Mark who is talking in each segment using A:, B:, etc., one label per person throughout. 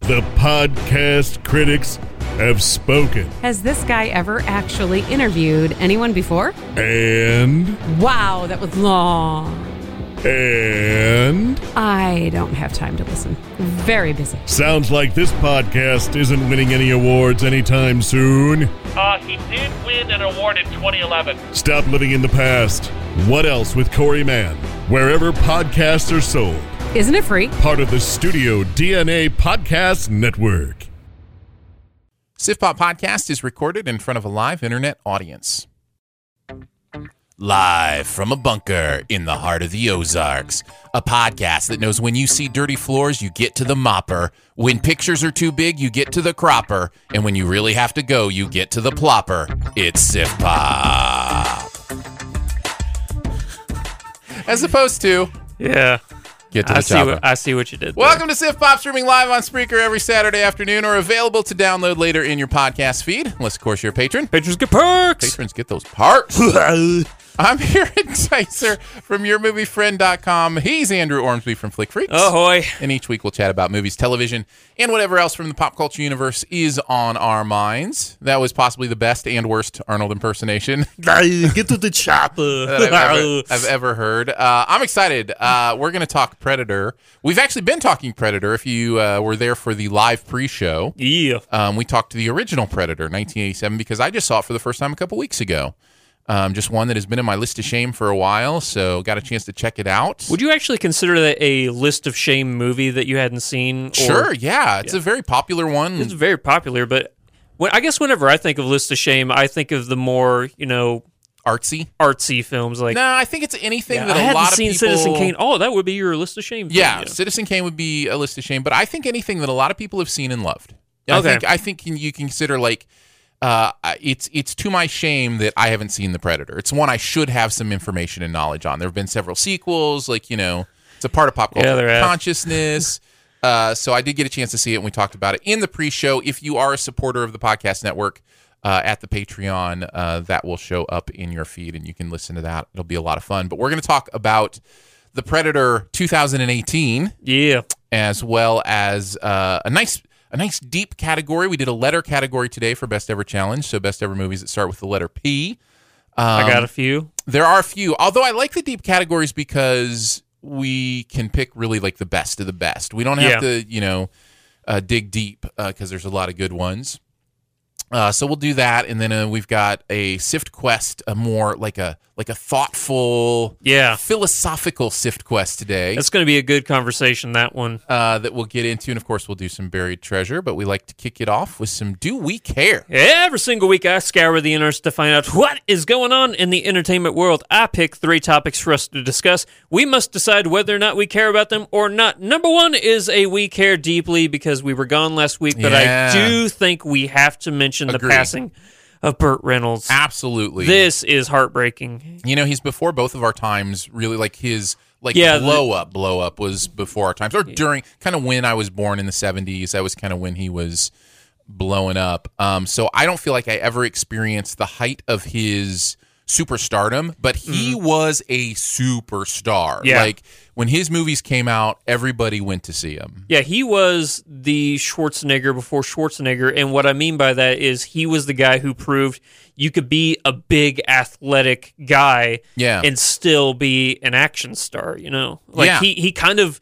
A: The podcast critics have spoken.
B: Has this guy ever actually interviewed anyone before?
A: And,
B: Wow, that was long.
A: and,
B: I don't have time to listen. Very busy.
A: sounds like this podcast isn't winning any awards anytime soon.
C: Uh, he did win an award in 2011.
A: Stop living in the past. What else with Corey Mann? Wherever podcasts are sold,
B: Isn't it free?
A: part of the Studio DNA Podcast Network.
D: SIFPOP Podcast is recorded in front of a live internet audience. Live from a bunker in the heart of the Ozarks, a podcast that knows when you see dirty floors, you get to the mopper. When pictures are too big, you get to the cropper. And when you really have to go, you get to the plopper. It's SIFPOP. As opposed to
C: Yeah.
D: get to the
C: I see,
D: chopper.
C: what, I see what you did. there.
D: Welcome to Sif Pop, streaming live on Spreaker every Saturday afternoon or available to download later in your podcast feed, unless, of course, you're a patron.
C: Patrons get perks.
D: Patrons get those parts. I'm here at Dicer from YourMovieFriend.com. He's Andrew Ormsby from Flick Freaks.
C: Ahoy.
D: And each week we'll chat about movies, television, and whatever else from the pop culture universe is on our minds. That was possibly the best and worst Arnold impersonation
C: Get to the chopper.
D: that Uh, I've ever, I've ever heard. Uh, I'm excited. Uh, we're going to talk Predator. We've actually been talking Predator. If you uh, were there for the live pre-show,
C: yeah.
D: um, we talked to the original Predator, 1987, because I just saw it for the first time a couple weeks ago. Um, just one that has been in my list of shame for a while, so got a chance to check it out.
C: Would you actually consider that a list of shame movie that you hadn't seen? or-
D: sure, yeah, it's a very popular one.
C: It's very popular, but when, I guess whenever I think of list of shame, I think of the more you know
D: artsy.
C: artsy films like.
D: No, I think it's anything
C: Yeah,
D: that
C: I
D: a
C: hadn't
D: lot of
C: seen
D: people.
C: Citizen Kane. Oh, that would be your list of shame. film,
D: Yeah, Citizen Kane would be a list of shame, but I think anything that a lot of people have seen and loved. I
C: Okay.
D: think I think you can consider like uh, it's it's to my shame that I haven't seen The Predator. It's one I should have some information and knowledge on. There have been several sequels, like you know, it's a part of pop
C: Yeah,
D: culture
C: there have.
D: consciousness. Uh, so I did get a chance to see it, and we talked about it in the pre-show. If you are a supporter of the podcast network uh, at the Patreon, uh, that will show up in your feed, and you can listen to that. It'll be a lot of fun. But we're going to talk about the Predator 2018
C: Yeah.
D: as well as uh, a nice a nice deep category. We did a letter category today for best ever challenge. So best ever movies that start with the letter P.
C: I
D: Um,
C: got a few.
D: There are a few, although I like the deep categories because we can pick really like the best of the best. We don't have
C: Yeah.
D: to you know uh, dig deep because there's a lot of good ones. Uh, so we'll do that, and then uh, we've got a sift quest, a more like a like a thoughtful,
C: Yeah.
D: philosophical sift quest today.
C: That's going to be a good conversation. That one.
D: uh, that we'll get into. And of course, we'll do some buried treasure, but we like to kick it off with some Do We Care?
C: Every single week, I scour the internet to find out what is going on in the entertainment world. I pick three topics for us to discuss. We must decide whether or not we care about them or not. Number one is a we care deeply because we were gone last week, but
D: Yeah.
C: I do think we have to mention
D: Agree.
C: the passing of Burt Reynolds.
D: Absolutely.
C: This is heartbreaking.
D: you know, he's before both of our times, really like his like
C: Yeah, the-
D: blow up, blow up was before our times or during kind of when I was born in the 70s. That was kind of when he was blowing up. Um, so I don't feel like I ever experienced the height of his superstardom, but he was a superstar.
C: Mm-hmm. Yeah.
D: Like when his movies came out, everybody went to see him.
C: Yeah, he was the Schwarzenegger before Schwarzenegger. And what I mean by that is he was the guy who proved you could be a big athletic guy
D: Yeah.
C: and still be an action star, you know? Like
D: Yeah.
C: he, he kind of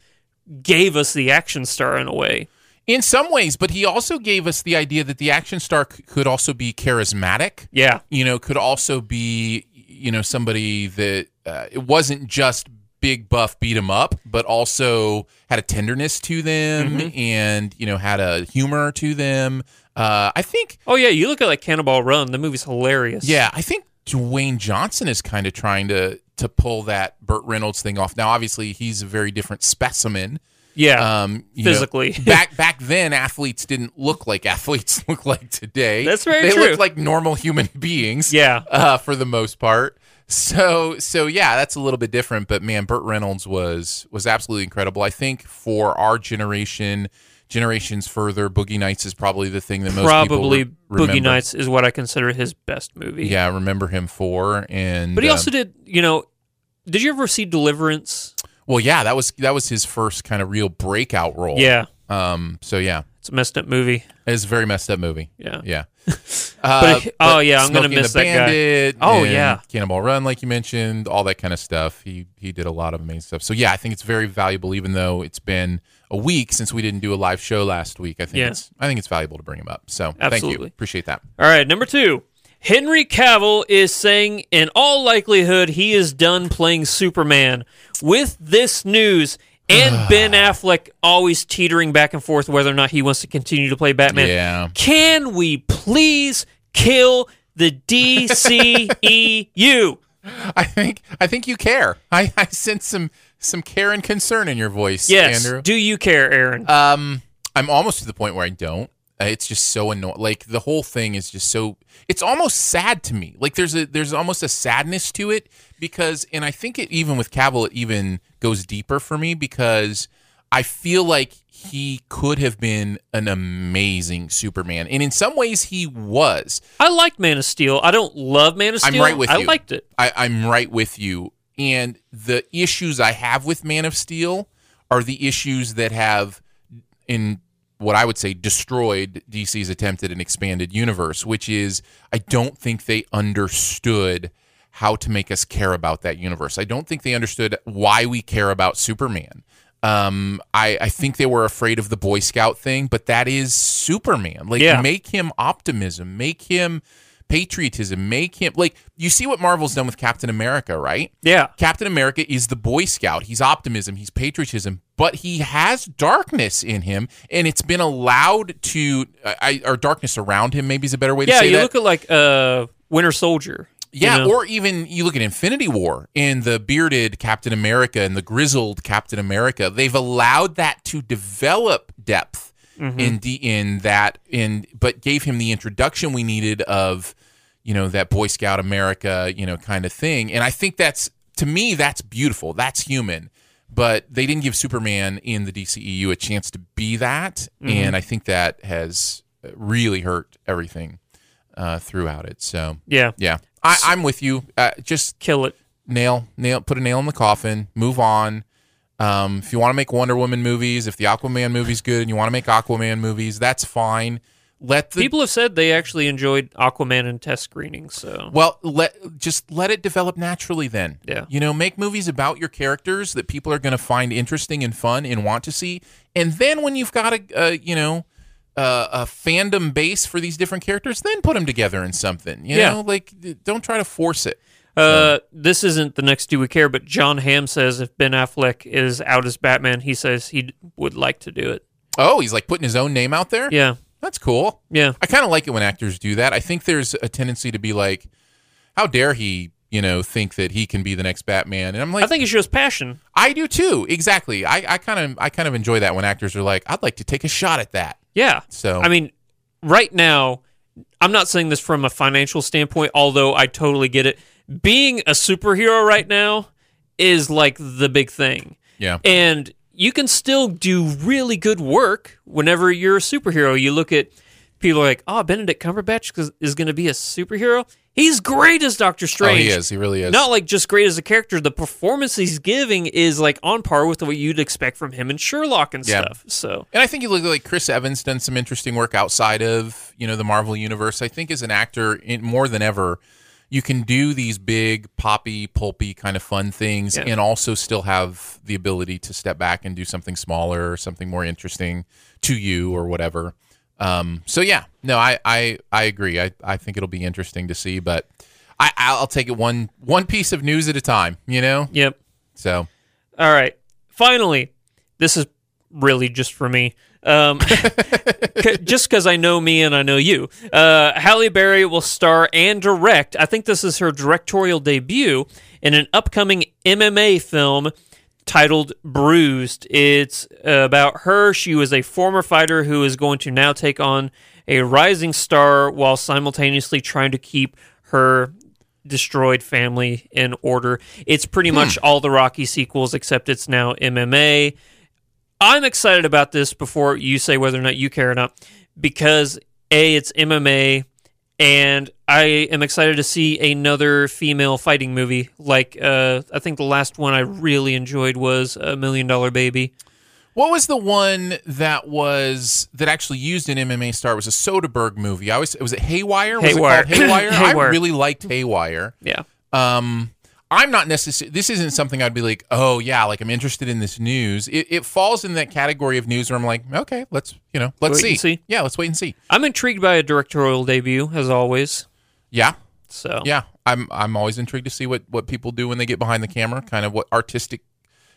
C: gave us the action star in a way.
D: In some ways, but he also gave us the idea that the action star c- could also be charismatic.
C: Yeah.
D: you know, could also be, you know, somebody that uh, it wasn't just big buff beat 'em up, but also had a tenderness to them and, you know, had a humor to them. Uh, I think,
C: Oh yeah, you look at like Cannonball Run, the movie's hilarious.
D: yeah, I think Dwayne Johnson is kind of trying to to pull that Burt Reynolds thing off. Now, obviously, he's a very different specimen.
C: Yeah.
D: Um, you know,
C: Physically.
D: back back then, athletes didn't look like athletes look like today.
C: That's very
D: they
C: true.
D: looked like normal human beings
C: yeah.
D: uh, for the most part. So so yeah, that's a little bit different. But man, Burt Reynolds was was absolutely incredible. I think for our generation, generations further, Boogie Nights is probably the thing that most
C: Probably
D: people re- remember.
C: Boogie Nights is what I consider his best movie.
D: Yeah, remember him for and
C: But he also
D: um,
C: did, you know, did you ever see Deliverance?
D: well yeah that was that was his first kind of real breakout role.
C: Yeah.
D: Um. So yeah,
C: It's a messed up movie.
D: it's a very messed up movie.
C: Yeah.
D: Yeah.
C: But he- oh, yeah, I'm
D: Smokey
C: gonna
D: and
C: miss
D: the
C: that guy.
D: Bandit
C: Oh,
D: and
C: yeah.
D: Cannonball Run, like you mentioned, all that kind of stuff. He he did a lot of amazing stuff. So yeah, I think it's very valuable, even though it's been a week since we didn't do a live show last week. I think
C: Yeah.
D: it's I think it's valuable to bring him up. So thank you,
C: Absolutely.
D: appreciate that.
C: All right, number two. Henry Cavill is saying, in all likelihood, he is done playing Superman. With this news, and Ben Affleck always teetering back and forth whether or not he wants to continue to play Batman.
D: Yeah.
C: Can we please kill the E DCEU?
D: I think I think you care. I I sense some some care and concern in your voice,
C: yes.
D: Andrew.
C: Do you care, Aaron?
D: Um, I'm almost to the point where I don't. Uh, It's just so annoying. Like the whole thing is just so. It's almost sad to me. Like there's a there's almost a sadness to it because, and I think it even with Cavill, it even goes deeper for me because I feel like he could have been an amazing Superman, and in some ways he was.
C: I liked Man of Steel. I don't love Man of
D: I'm
C: Steel.
D: right with
C: I
D: you.
C: liked it.
D: I, I'm right with you. And the issues I have with Man of Steel are the issues that have, in what I would say, destroyed DC's attempt at an expanded universe, which is I don't think they understood how to make us care about that universe. I don't think they understood why we care about Superman. Um, I, I think they were afraid of the Boy Scout thing, but that is Superman. Like,
C: Yeah.
D: make him optimism, make him patriotism, make him like you see what Marvel's done with Captain America, right?
C: Yeah.
D: Captain America is the Boy Scout. He's optimism, he's patriotism, but he has darkness in him, and it's been allowed to, uh, I, I- or darkness around him, maybe is a better way to
C: Yeah,
D: say
C: you
D: that.
C: look at like uh, Winter Soldier. you
D: Yeah,
C: know?
D: or even you look at Infinity War and the bearded Captain America and the grizzled Captain America. They've allowed that to develop depth
C: Mm-hmm.
D: in the in that in but gave him the introduction we needed of you know that Boy Scout America, you know, kind of thing. And I think that's to me that's beautiful. That's human. But they didn't give Superman in the DCEU a chance to be that,
C: Mm-hmm.
D: and I think that has really hurt everything uh, throughout it. So
C: yeah.
D: yeah, I, I'm with you. Uh, just
C: Kill it.
D: nail, nail, put a nail in the coffin. Move on. Um, if you want to make Wonder Woman movies, if the Aquaman movie's good, and you want to make Aquaman movies, that's fine. Let the
C: People have said they actually enjoyed Aquaman and test screenings. So
D: well, let just let it develop naturally. Then,
C: Yeah.
D: you know, make movies about your characters that people are going to find interesting and fun and want to see. And then, when you've got a, a you know, uh, a fandom base for these different characters, then put them together in something. You
C: Yeah.
D: know, like don't try to force it.
C: uh, this isn't the next Do We Care, but John Hamm says if Ben Affleck is out as Batman, he says he would like to do it.
D: Oh, he's like putting his own name out there?
C: Yeah,
D: That's cool.
C: yeah,
D: I kind of like it when actors do that. I think there's a tendency to be like, how dare he, you know, think that he can be the next Batman? And I'm like,
C: I think it shows passion.
D: I do too. Exactly. I I kind of I kind of enjoy that when actors are like, I'd like to take a shot at that.
C: Yeah,
D: So
C: I mean, right now, I'm not saying this from a financial standpoint, although I totally get it. Being a superhero right now is like the big thing.
D: Yeah.
C: And you can still do really good work whenever you're a superhero. You look at people are like, oh, Benedict Cumberbatch is- is going to be a superhero. He's great as Doctor Strange.
D: Oh, he is. He really is.
C: Not like just great as a character. The performance he's giving is like on par with what you'd expect from him in Sherlock and
D: Yeah.
C: stuff. So
D: And I think you look like Chris Evans done some interesting work outside of you know the Marvel universe. I think as an actor, in, more than ever, you can do these big poppy, pulpy kind of fun things,
C: Yeah.
D: and also still have the ability to step back and do something smaller or something more interesting to you or whatever. Um, so yeah, no, I I, I agree. I, I think it'll be interesting to see, but I I'll take it one one piece of news at a time. You know,
C: yep.
D: so
C: All right. Finally, this is really just for me. Um, c- just because I know me and I know you. Uh, Halle Berry will star and direct. I think this is her directorial debut in an upcoming MMA film titled Bruised. It's about her. She was a former fighter who is going to now take on a rising star while simultaneously trying to keep her destroyed family in order. It's pretty much all the Rocky sequels, except it's now MMA. I'm excited about this before you say whether or not you care or not, because A, it's MMA, and I am excited to see another female fighting movie. Like, uh, I think the last one I really enjoyed was A Million Dollar Baby.
D: What was the one that was that actually used an MMA star? It was a Soderbergh movie. I was was it Haywire? Was
C: Haywire.
D: it called Haywire? I
C: Haywire.
D: really liked Haywire.
C: Yeah.
D: Um, I'm not necessarily. This isn't something I'd be like, oh yeah, like I'm interested in this news. It, it falls in that category of news where I'm like, okay, let's you know, let's
C: Wait and see.
D: Yeah, let's wait and see.
C: I'm intrigued by a directorial debut, as always.
D: Yeah,
C: So,
D: yeah. I'm I'm always intrigued to see what what people do when they get behind the camera.
C: Mm-hmm.
D: Kind of what artistic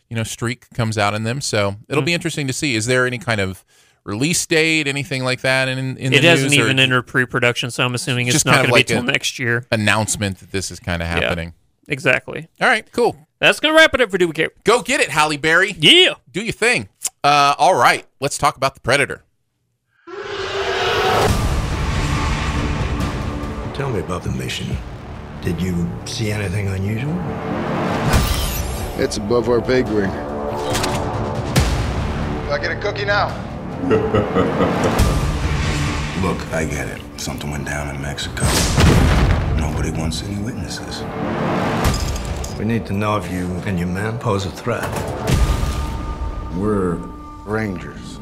D: you know streak comes out in them. So it'll
C: Mm-hmm.
D: be interesting to see. Is there any kind of release date, anything like that? And in, in
C: it
D: the
C: hasn't
D: news, or
C: even enter pre production, so I'm assuming it's
D: Just
C: not
D: kind of
C: going to
D: like
C: be till
D: a-
C: next year.
D: announcement that this is kind of happening.
C: Exactly.
D: All right, cool.
C: That's going to wrap it up for Do We Care?
D: Go get it, Halle Berry.
C: Yeah.
D: Do your thing. Uh, all right, let's talk about the Predator.
E: Tell me about the mission. Did you see anything unusual?
F: It's above our pay grade. Do I get a cookie now?
E: Look, I get it. Something went down in Mexico. Nobody wants any witnesses. We need to know if you and your men pose a threat.
F: We're Rangers.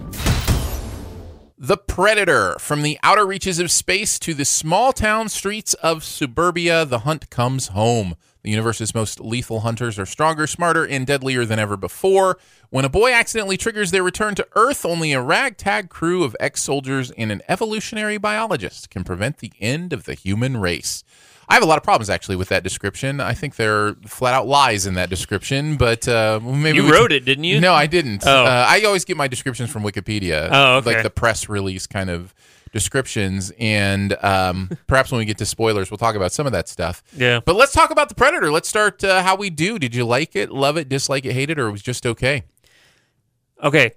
D: The Predator. From the outer reaches of space to the small town streets of suburbia, the hunt comes home. The universe's most lethal hunters are stronger, smarter, and deadlier than ever before. When a boy accidentally triggers their return to Earth, only a ragtag crew of ex soldiers and an evolutionary biologist can prevent the end of the human race. I have a lot of problems actually with that description. I think there are flat out lies in that description, but uh, maybe
C: You
D: we
C: wrote it, didn't you?
D: No, I didn't.
C: Oh.
D: Uh, I always get my descriptions from Wikipedia,
C: Oh, okay.
D: like the press release kind of descriptions. And um, perhaps when we get to spoilers, we'll talk about some of that stuff.
C: Yeah.
D: But let's talk about the Predator. Let's start uh, how we do. Did you like it, love it, dislike it, hate it, or it was just okay?
C: Okay.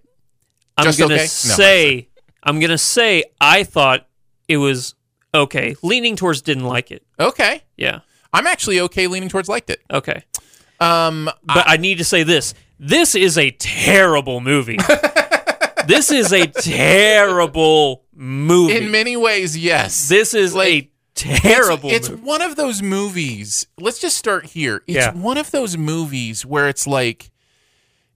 C: I'm
D: Just
C: gonna
D: okay? No,
C: say I'm gonna say I thought it was okay. Leaning towards didn't like it.
D: Okay.
C: Yeah.
D: I'm actually okay leaning towards liked it.
C: Okay.
D: Um,
C: But I, need to say this. This is a terrible movie. this is a terrible movie.
D: in many ways, yes.
C: this is
D: like,
C: a terrible
D: It's, it's
C: movie.
D: one of those movies. Let's just start here. It's
C: Yeah.
D: one of those movies where it's like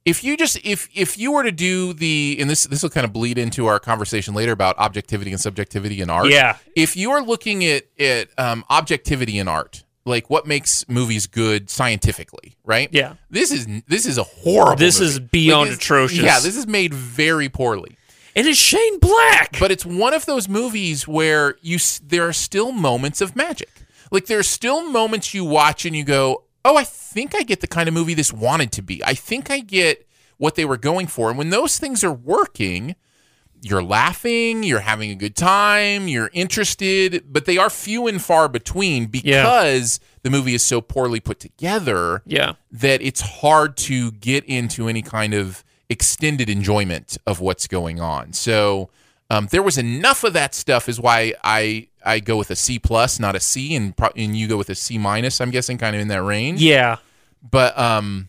D: if you just if if you were to do the and this this will kind of bleed into our conversation later about objectivity and subjectivity in art.
C: Yeah.
D: If you are looking at at um, objectivity in art, like what makes movies good scientifically, right?
C: Yeah.
D: This is this is a horrible.
C: This is
D: movie.
C: beyond
D: it's-
C: atrocious.
D: Yeah, this is made very poorly
C: And it's Shane Black.
D: but it's one of those movies where you s- there are still moments of magic. Like there are still moments you watch and you go, "Oh, I think I get the kind of movie this wanted to be. I think I get what they were going for." And when those things are working, you're laughing, you're having a good time, you're interested, but they are few and far between because the movie is so poorly put together
C: yeah.
D: that it's hard to get into any kind of extended enjoyment of what's going on. So um, there was enough of that stuff is why I I go with a C plus, not a C, and pro- and you go with a C minus. I'm guessing kind of in that range.
C: Yeah.
D: But um,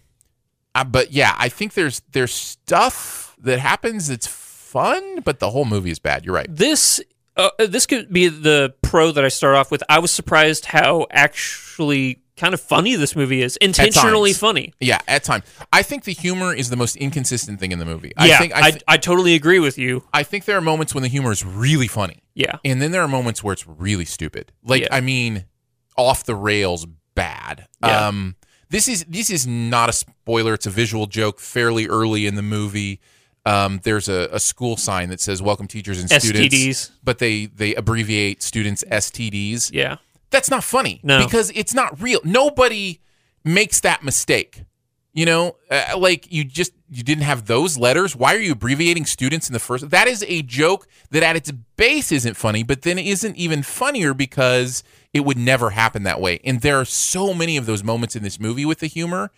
D: Uh, but yeah, I think there's there's stuff that happens that's fun, but the whole movie is bad. You're right.
C: This uh, this could be the pro that I start off with. I was surprised how actually kind of funny this movie is. Intentionally
D: times.
C: funny.
D: Yeah, at times. I think the humor is the most inconsistent thing in the movie.
C: yeah,
D: I think I,
C: I,
D: th-
C: I totally agree with you.
D: I think there are moments when the humor is really funny.
C: Yeah.
D: And then there are moments where it's really stupid. Like
C: Yeah.
D: I mean, off the rails bad.
C: Yeah.
D: Um this is this is not a spoiler, it's a visual joke fairly early in the movie. Um, there's a, a school sign that says "Welcome teachers and students,"
C: STDs.
D: but they they abbreviate students STDs.
C: Yeah.
D: That's not funny.
C: No.
D: because it's not real. Nobody makes that mistake. You know, uh, like you just you didn't have those letters. Why are you abbreviating students in the first? That is a joke that at its base isn't funny, but then isn't even funnier because it would never happen that way. And there are so many of those moments in this movie with the humor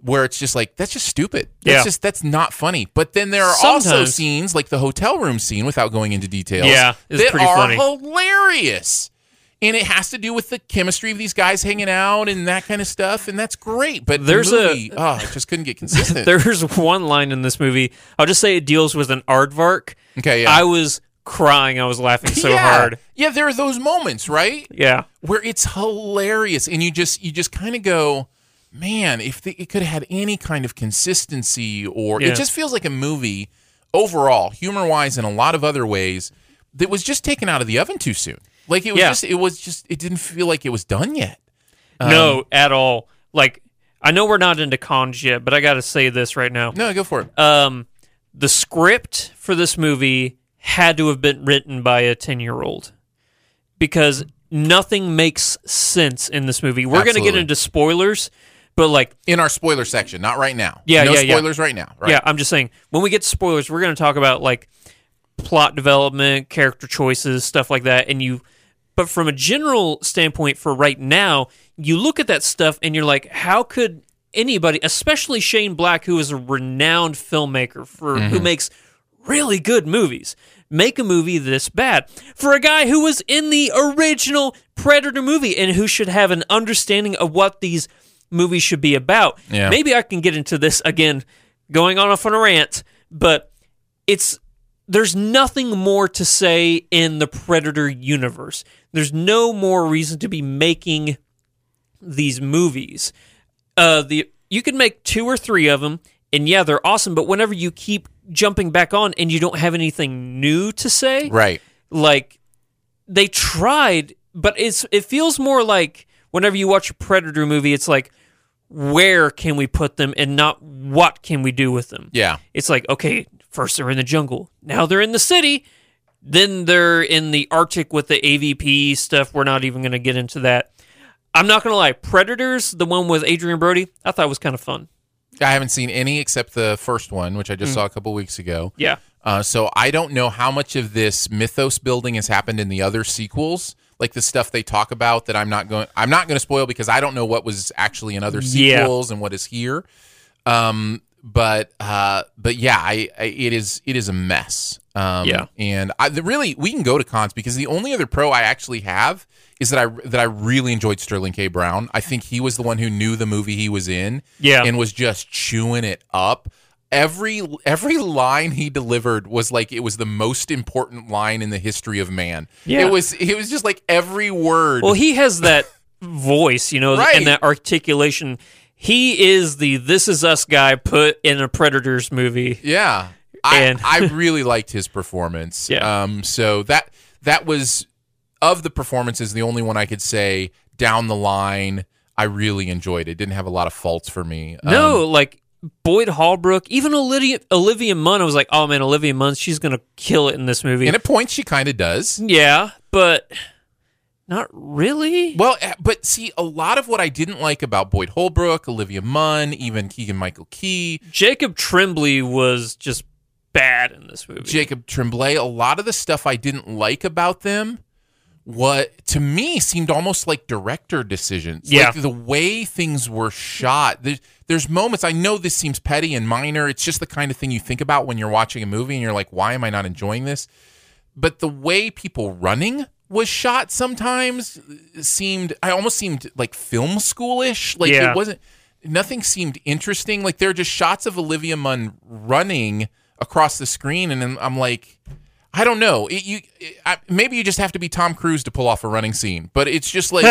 D: where it's just like that's just stupid. That's
C: Yeah.
D: just that's not funny. But then there are also
C: Sometimes.
D: scenes like the hotel room scene without going into details.
C: Yeah, it's
D: that
C: pretty
D: are
C: funny.
D: hilarious. And it has to do with the chemistry of these guys hanging out and that kind of stuff, and that's great. But
C: There's
D: the
C: a-
D: movie, oh, I just couldn't get consistent.
C: There's one line in this movie. I'll just say it deals with an aardvark.
D: okay, yeah.
C: I was crying. I was laughing so
D: yeah.
C: hard.
D: Yeah, there are those moments, right?
C: Yeah.
D: where it's hilarious and you just you just kind of go man if the, it could have had any kind of consistency or
C: Yeah.
D: it just feels like a movie overall humor wise and a lot of other ways that was just taken out of the oven too soon like it was
C: Yeah.
D: just it was just it didn't feel like it was done yet Um,
C: no, at all. Like, I know we're not into cons yet, but I got to say this right now.
D: no go for it
C: Um, the script for this movie had to have been written by a 10 year old because nothing makes sense in this movie. We're going to get
D: Absolutely.
C: into spoilers, but like,
D: in our spoiler section not right now
C: Yeah,
D: no
C: yeah, yeah.
D: spoilers right now right
C: yeah, I'm just saying, when we get to spoilers, we're going to talk about like plot development, character choices, stuff like that. And you, but from a general standpoint for right now, you look at that stuff and you're like, how could anybody, especially Shane Black, who is a renowned filmmaker for who makes really good movies, make a movie this bad for a guy who was in the original Predator movie and who should have an understanding of what these movies should be about.
D: Yeah.
C: Maybe I can get into this again, going on off on a rant, but it's there's nothing more to say in the Predator universe. There's no more reason to be making these movies. Uh, the you can make two or three of them, and yeah, they're awesome. But whenever you keep jumping back on and you don't have anything new to say,
D: right
C: like they tried, but it's it feels more like whenever you watch a Predator movie, it's like where can we put them and not what can we do with them.
D: yeah
C: It's like, okay, first they're in the jungle. Now they're in the city. Then they're in the Arctic with the AVP stuff. We're not even going to get into that. I'm not going to lie. Predators, the one with Adrian Brody, I thought was kind of fun.
D: i haven't seen any except the first one which i just saw a couple weeks ago
C: Yeah.
D: Uh, so I don't know how much of this mythos building has happened in the other sequels, like the stuff they talk about that I'm not going. I'm not going to spoil because I don't know what was actually in other
C: Yeah.
D: sequels and what is here. Um, but uh, but yeah, I, I it is it is a mess. Um,
C: Yeah.
D: and I the, really we can go to cons because the only other pro I actually have is that I that I really enjoyed Sterling K. Brown. I think he was the one who knew the movie he was in
C: Yeah.
D: and was just chewing it up. Every every line he delivered was like it was the most important line in the history of man.
C: Yeah.
D: It was it was just like every word.
C: Well, he has that voice, you know,
D: Right.
C: and that articulation. He is the this is us guy put in a Predators movie.
D: yeah. I
C: And-
D: I really liked his performance.
C: Yeah.
D: Um so that that was of the performances the only one I could say down the line I really enjoyed it. Didn't have a lot of faults for me. Um,
C: No, like Boyd Hallbrook, even Olivia Olivia Munn. I was like, oh man, Olivia Munn, she's gonna kill it in this movie.
D: and at points she kind of does.
C: Yeah, but not really.
D: Well, eh, but see, a lot of what I didn't like about Boyd Holbrook, Olivia Munn, even Keegan Michael Key,
C: Jacob Tremblay was just bad in this movie.
D: Jacob Tremblay, a lot of the stuff I didn't like about them, what to me seemed almost like director decisions.
C: Yeah.
D: Like the way things were shot. There's, there's moments, I know this seems petty and minor. It's just the kind of thing you think about when you're watching a movie and you're like, why am I not enjoying this? but the way people running was shot sometimes seemed I almost seemed like film schoolish. Like
C: Yeah.
D: it wasn't nothing seemed interesting. Like there are just shots of Olivia Munn running across the screen, and then I'm like, I don't know. It, you it, I, maybe you just have to be Tom Cruise to pull off a running scene, but it's just like,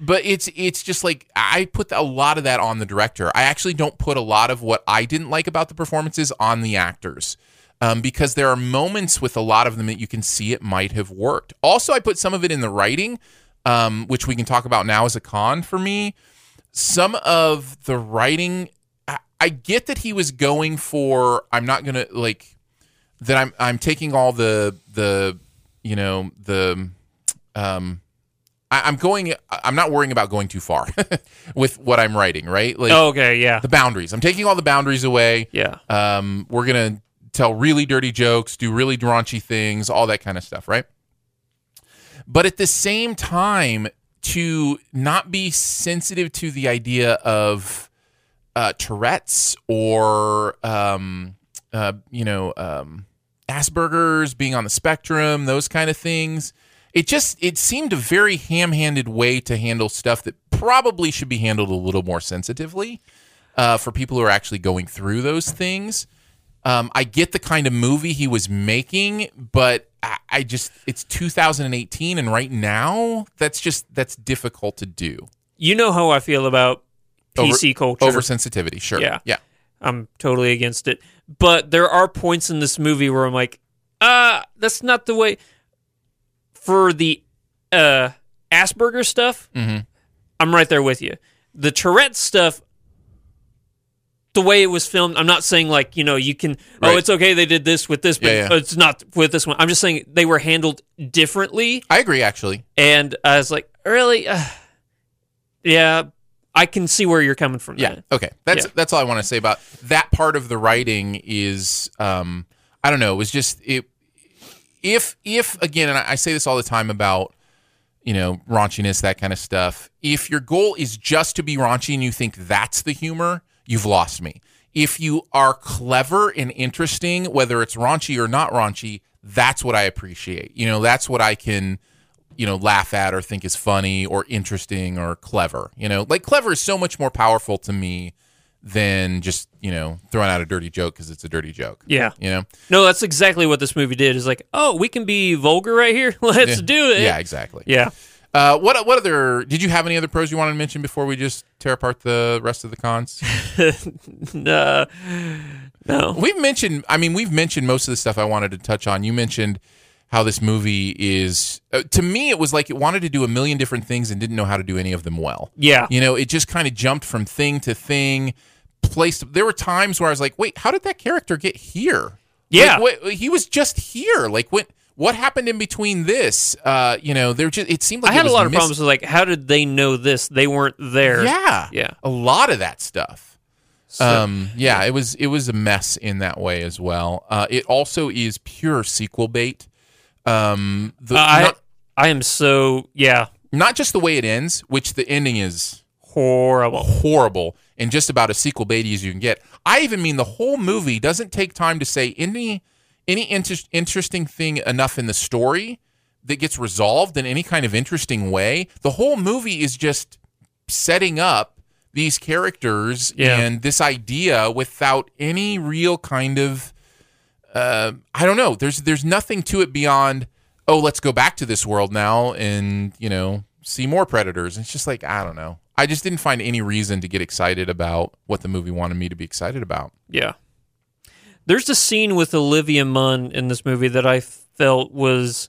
D: but it's it's just like I put a lot of that on the director. I actually don't put a lot of what I didn't like about the performances on the actors. Um, because there are moments with a lot of them that you can see it might have worked. Also, I put some of it in the writing, um, which we can talk about now as a con for me some of the writing I, I, get that he was going for I'm not gonna like that I'm I'm taking all the the you know the um I, I'm going I'm not worrying about going too far with what I'm writing, right? Like
C: okay, yeah.
D: the boundaries. I'm taking all the boundaries away.
C: Yeah.
D: Um we're gonna tell really dirty jokes, do really raunchy things, all that kind of stuff, right? But at the same time, to not be sensitive to the idea of uh, Tourette's or um, uh, you know um, Asperger's being on the spectrum, those kind of things. It just it seemed a very ham-handed way to handle stuff that probably should be handled a little more sensitively uh, for people who are actually going through those things. Um, I get the kind of movie he was making, but I, I, just it's 2018, and right now that's just that's difficult to do.
C: You know how I feel about PC
D: Over,
C: culture.
D: oversensitivity. Sure,
C: Yeah.
D: yeah.
C: I'm totally against it. But there are points in this movie where I'm like, uh, that's not the way. For the uh, Asperger stuff,
D: Mm-hmm.
C: I'm right there with you. The Tourette stuff, the way it was filmed, I'm not saying like, you know, you can, oh,
D: Right.
C: it's okay they did this with this, but
D: Yeah, yeah.
C: it's not with this one. I'm just saying they were handled differently.
D: I agree. Actually,
C: And I was like, really? Uh, yeah, I can see where you're coming from.
D: yeah.
C: there.
D: Okay, that's
C: Yeah.
D: that's all I want to say about that part of the writing. Is um, I don't know. It was just it. If if again, and I I say this all the time about you know, raunchiness, that kind of stuff. If your goal is just to be raunchy and you think that's the humor, you've lost me. If you are clever and interesting, whether it's raunchy or not raunchy, that's what I appreciate. You know, that's what I can, you know, laugh at or think is funny or interesting or clever. You know, like clever is so much more powerful to me than just, you know, throwing out a dirty joke because it's a dirty joke.
C: Yeah.
D: You know?
C: No, that's exactly what this movie did. Is like, oh, we can be vulgar right here. Let's do it.
D: Yeah, exactly.
C: Yeah.
D: Uh, what what other did you have any other pros you wanted to mention before we just tear apart the rest of the cons?
C: Uh, no.
D: we've mentioned I mean we've mentioned most of the stuff I wanted to touch on. You mentioned how this movie is uh, to me it was like it wanted to do a million different things and didn't know how to do any of them well.
C: Yeah.
D: You know, it just kind of jumped from thing to thing. Placed there were times where I was like, "Wait, how did that character get here?"
C: Yeah.
D: Like, what, he was just here. Like what what happened in between this? Uh, you know, there just it seemed like
C: I
D: it
C: had a
D: was
C: lot of
D: missing-
C: problems with like, how did they know this? They weren't there.
D: Yeah.
C: Yeah.
D: A lot of that stuff.
C: So-
D: um, yeah, it was it was a mess in that way as well. Uh, it also is pure sequel bait. Um, the,
C: Uh, I
D: not,
C: I am so yeah
D: not just the way it ends, which the ending is
C: horrible.
D: horrible and just about as sequel baity as you can get. I even mean the whole movie doesn't take time to say any any inter- interesting thing enough in the story that gets resolved in any kind of interesting way. The whole movie is just setting up these characters
C: Yeah.
D: and this idea without any real kind of uh, I don't know. There's there's nothing to it beyond oh let's go back to this world now and you know see more predators. It's just like I don't know. I just didn't find any reason to get excited about what the movie wanted me to be excited about.
C: Yeah. There's a scene with Olivia Munn in this movie that I felt was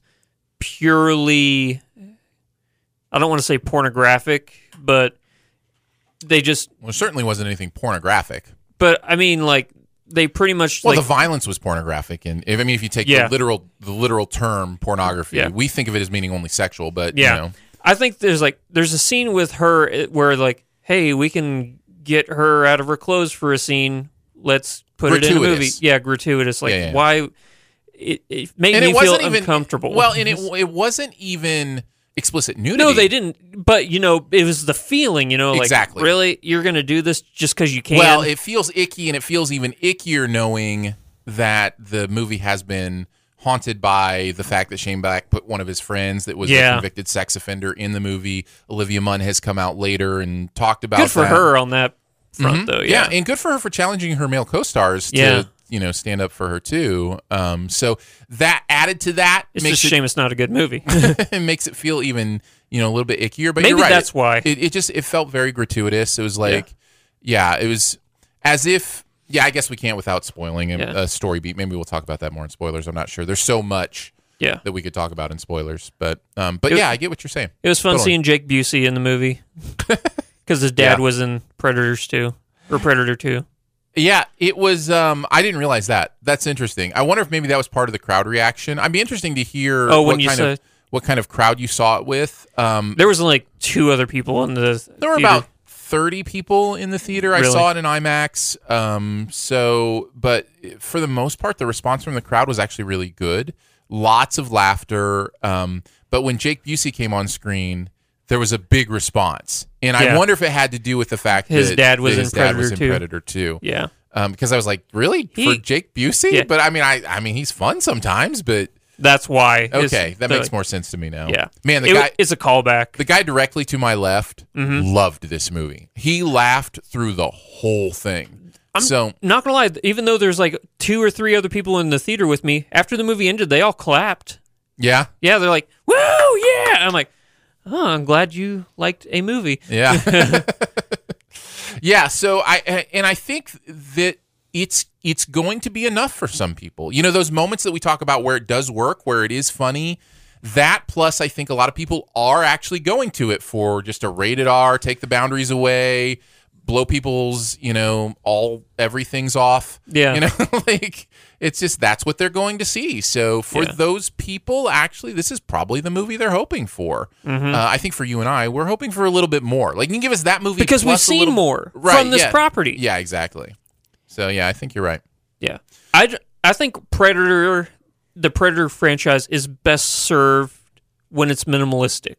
C: purely I don't want to say pornographic, but they just
D: Well, it certainly wasn't anything pornographic.
C: but I mean like they pretty much
D: Well,
C: like
D: the violence was pornographic, and if, I mean, if you take
C: Yeah.
D: the literal the literal term pornography,
C: Yeah.
D: we think of it as meaning only sexual, but
C: Yeah.
D: you know,
C: I think there's like there's a scene with her i- where like, hey, we can get her out of her clothes for a scene. Let's put it in a movie.
D: Gratuitous.
C: Yeah, gratuitous. Like
D: Yeah, yeah.
C: why? It, it made
D: and
C: me
D: it wasn't
C: feel
D: even
C: uncomfortable.
D: Well, and it it wasn't even explicit nudity.
C: no, they didn't. But you know, it was the feeling. You know, like
D: Exactly.
C: really, you're gonna do this just because you can.
D: Well, it feels icky, and it feels even ickier knowing that the movie has been haunted by the fact that Shane Black put one of his friends that was
C: Yeah.
D: a convicted sex offender in the movie. Olivia Munn has come out later and talked about
C: good for
D: that. Mm-hmm.
C: her on that. front, though. Yeah.
D: and good for her for challenging her male co-stars to
C: Yeah.
D: you know stand up for her too. Um, so that added to that
C: It's
D: makes
C: just a shame it's not a good movie.
D: it, it makes it feel even you know a little bit ickier. But
C: Maybe
D: you're right.
C: that's
D: It-
C: why.
D: it, it just it felt very gratuitous. It was like yeah, it was as if yeah. I guess we can't without spoiling a,
C: Yeah.
D: a story beat. Maybe we'll talk about that more in spoilers. I'm not sure. There's so much
C: yeah.
D: that we could talk about in spoilers, but um, but
C: It-
D: yeah, I get what you're saying.
C: It was fun
D: Totally.
C: seeing Jake Busey in the movie because his dad
D: Yeah.
C: was in Predators 2 or Predator 2.
D: Yeah, it was. Um, I didn't realize that. That's interesting. I wonder if maybe that was part of the crowd reaction. I'd be interesting to hear.
C: Oh, when
D: what
C: you
D: kind of
C: said-
D: what kind of crowd you saw it with. Um,
C: There was like two other people in the.
D: there were
C: theater.
D: about thirty people in the theater. I
C: Really?
D: saw it in IMAX. Um, so, but for the most part, the response from the crowd was actually really good. Lots of laughter. Um, but when Jake Busey came on screen, there was a big response, and I
C: Yeah.
D: wonder if it had to do with the fact
C: His
D: that
C: dad was
D: that
C: in
D: his dad was
C: Predator
D: in
C: 2.
D: Predator Two
C: Yeah.
D: um, because I was like, really
C: He-
D: for Jake Busey?
C: Yeah.
D: But I mean, I I mean, he's fun sometimes, but
C: That's why. It's
D: okay, that
C: the-
D: makes more sense to me now.
C: Yeah.
D: man, the
C: It- Mm-hmm.
D: guy.
C: It's a callback.
D: the guy directly to my left loved this movie. He laughed through the whole thing. so
C: not gonna lie, even though there's like two or three other people in the theater with me, after the movie ended, they all clapped.
D: yeah,
C: Yeah, they're like, "Woo, yeah!" I'm like, "Oh, I'm glad you liked a movie."
D: Yeah. yeah, so I and I think that it's it's going to be enough for some people. You know those moments that we talk about where it does work, where it is funny, that plus I think a lot of people are actually going to it for just a rated R, take the boundaries away, blow people's, you know, all everything's off.
C: Yeah.
D: You know, like it's just that's what they're going to see. So for
C: Yeah.
D: those people, actually, this is probably the movie they're hoping for.
C: Mm-hmm.
D: Uh, I think for you and I, we're hoping for a little bit more. Like you can give us that movie
C: Because we've
D: plus a
C: seen
D: little-
C: more
D: Right,
C: from this
D: yeah.
C: property.
D: Yeah, exactly. So yeah, I think you're right.
C: Yeah, I j- I think Predator, the Predator franchise, is best served when it's minimalistic.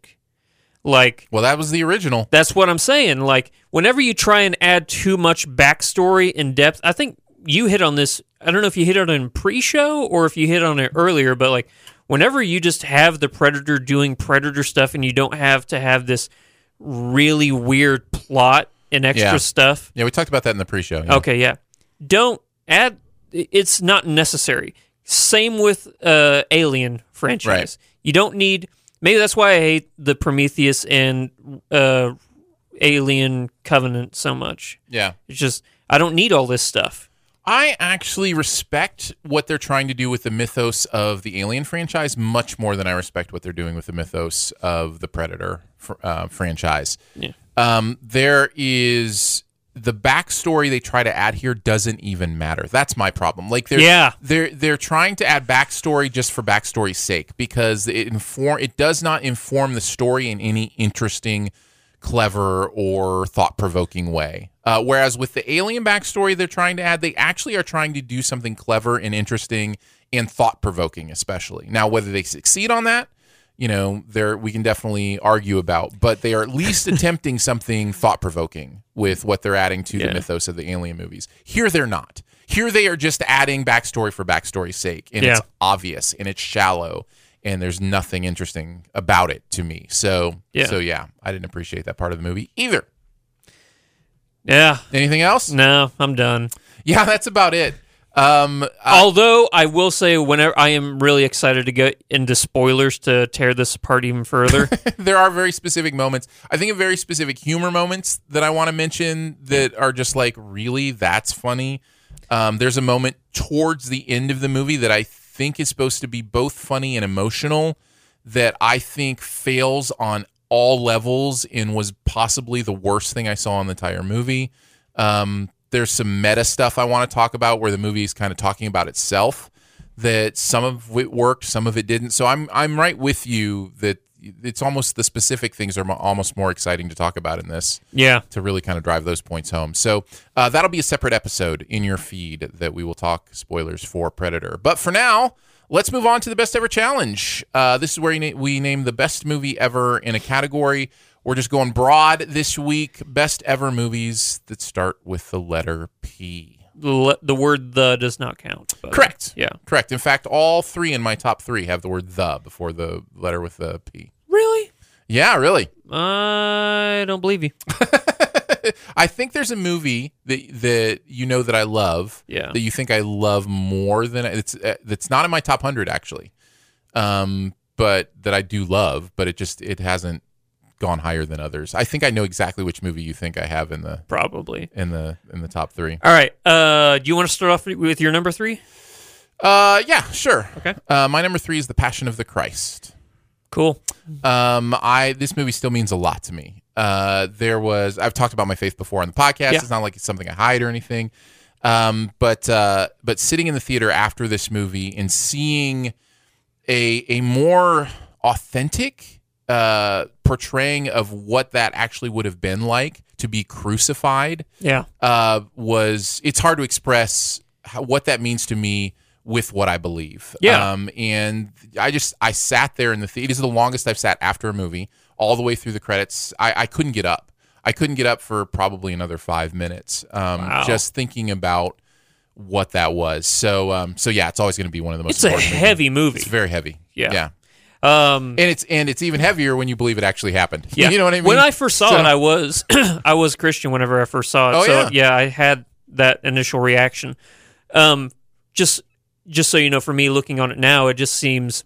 C: Like
D: Well, that was the original.
C: that's what I'm saying. Like whenever you try and add too much backstory and depth, I think you hit on this. I don't know if you hit on it in pre-show or if you hit on it earlier, but like whenever you just have the predator doing predator stuff and you don't have to have this really weird plot and extra
D: Yeah.
C: stuff,
D: Yeah, we talked about that in the pre-show. yeah.
C: Okay, yeah. Don't add. It's not necessary. Same with uh, Alien franchise.
D: Right.
C: You don't need. Maybe that's why I hate the Prometheus and uh, Alien Covenant so much.
D: Yeah.
C: It's just I don't need all this stuff.
D: I actually respect what they're trying to do with the mythos of the Alien franchise much more than I respect what they're doing with the mythos of the Predator fr- uh, franchise.
C: Yeah.
D: Um, there is the backstory they try to add here doesn't even matter. That's my problem. Like they're
C: Yeah.
D: they're they're trying to add backstory just for backstory's sake because it inform it does not inform the story in any interesting clever or thought provoking way. Uh, whereas with the alien backstory they're trying to add, they actually are trying to do something clever and interesting and thought provoking, especially. Now, whether they succeed on that, you know, there we can definitely argue about, but they are at least attempting something thought provoking with what they're adding to the mythos of the alien movies. Here, they're not. Here, they are just adding backstory for backstory's sake, and it's
C: Yeah.
D: obvious and it's shallow, and there's nothing interesting about it to me. So,
C: Yeah.
D: so yeah, I didn't appreciate that part of the movie either.
C: Yeah.
D: Anything else?
C: No, I'm done.
D: Yeah, that's about it. Um, uh,
C: Although I will say, whenever I am really excited to get into spoilers to tear this apart even further.
D: there are very specific moments. I think of very specific humor moments that I want to mention that are just like, really, that's funny. Um, there's a moment towards the end of the movie that I think is supposed to be both funny and emotional that I think fails on all levels and was possibly the worst thing I saw in the entire movie. Um, there's some meta stuff I want to talk about where the movie is kind of talking about itself. That some of it worked, some of it didn't. So I'm I'm right with you that it's almost the specific things are mo- almost more exciting to talk about in this
C: yeah.
D: to really kind of drive those points home. So uh, that'll be a separate episode in your feed that we will talk spoilers for Predator. But for now, let's move on to the best ever challenge. Uh, this is where you na- we name the best movie ever in a category. We're just going broad this week. Best ever movies that start with the letter P.
C: The, le- the word "the" does not count. but-
D: Correct.
C: Yeah.
D: Correct. In fact, all three in my top three have the word the before the letter with the P.
C: Really?
D: Yeah, really.
C: I don't believe you.
D: the, I think there's a movie that that you know that I love.
C: Yeah.
D: That you think I love more than it's uh, that's not in my top hundred actually, um, but that I do love, but it just it hasn't gone higher than others. I think I know exactly which movie you think I have in the
C: Probably.
D: in the in the top three.
C: All right. Uh, do you want to start off with your number three?
D: Uh, yeah, sure.
C: Okay.
D: Uh, my number three is The Passion of the Christ.
C: Cool.
D: Um, I this movie still means a lot to me. Uh, there was I've talked about my faith before on the podcast.
C: Yeah.
D: It's not like it's something I hide or anything. Um, but uh, but sitting in the theater after this movie and seeing a a more authentic uh, portraying of what that actually would have been like to be crucified
C: Yeah.
D: uh, was it's hard to express how, what that means to me with what I believe.
C: Yeah.
D: Um, and I just I sat there in the theater. It is the longest I've sat after a movie, all the way through the credits. I, I couldn't get up. I couldn't get up for probably another five minutes. Um,
C: Wow.
D: Just thinking about what that was. So um, so yeah, it's always going to be one of the most.
C: It's a
D: important movies.
C: heavy movie.
D: It's very heavy.
C: Yeah.
D: Yeah.
C: Um,
D: And it's and it's even heavier when you believe it actually happened.
C: yeah.
D: you know what I mean.
C: When I first saw
D: So-
C: it, I was I was Christian whenever I first saw it.
D: Oh,
C: so
D: yeah.
C: I had that initial reaction. Um, just just so you know, for me looking on it now, it just seems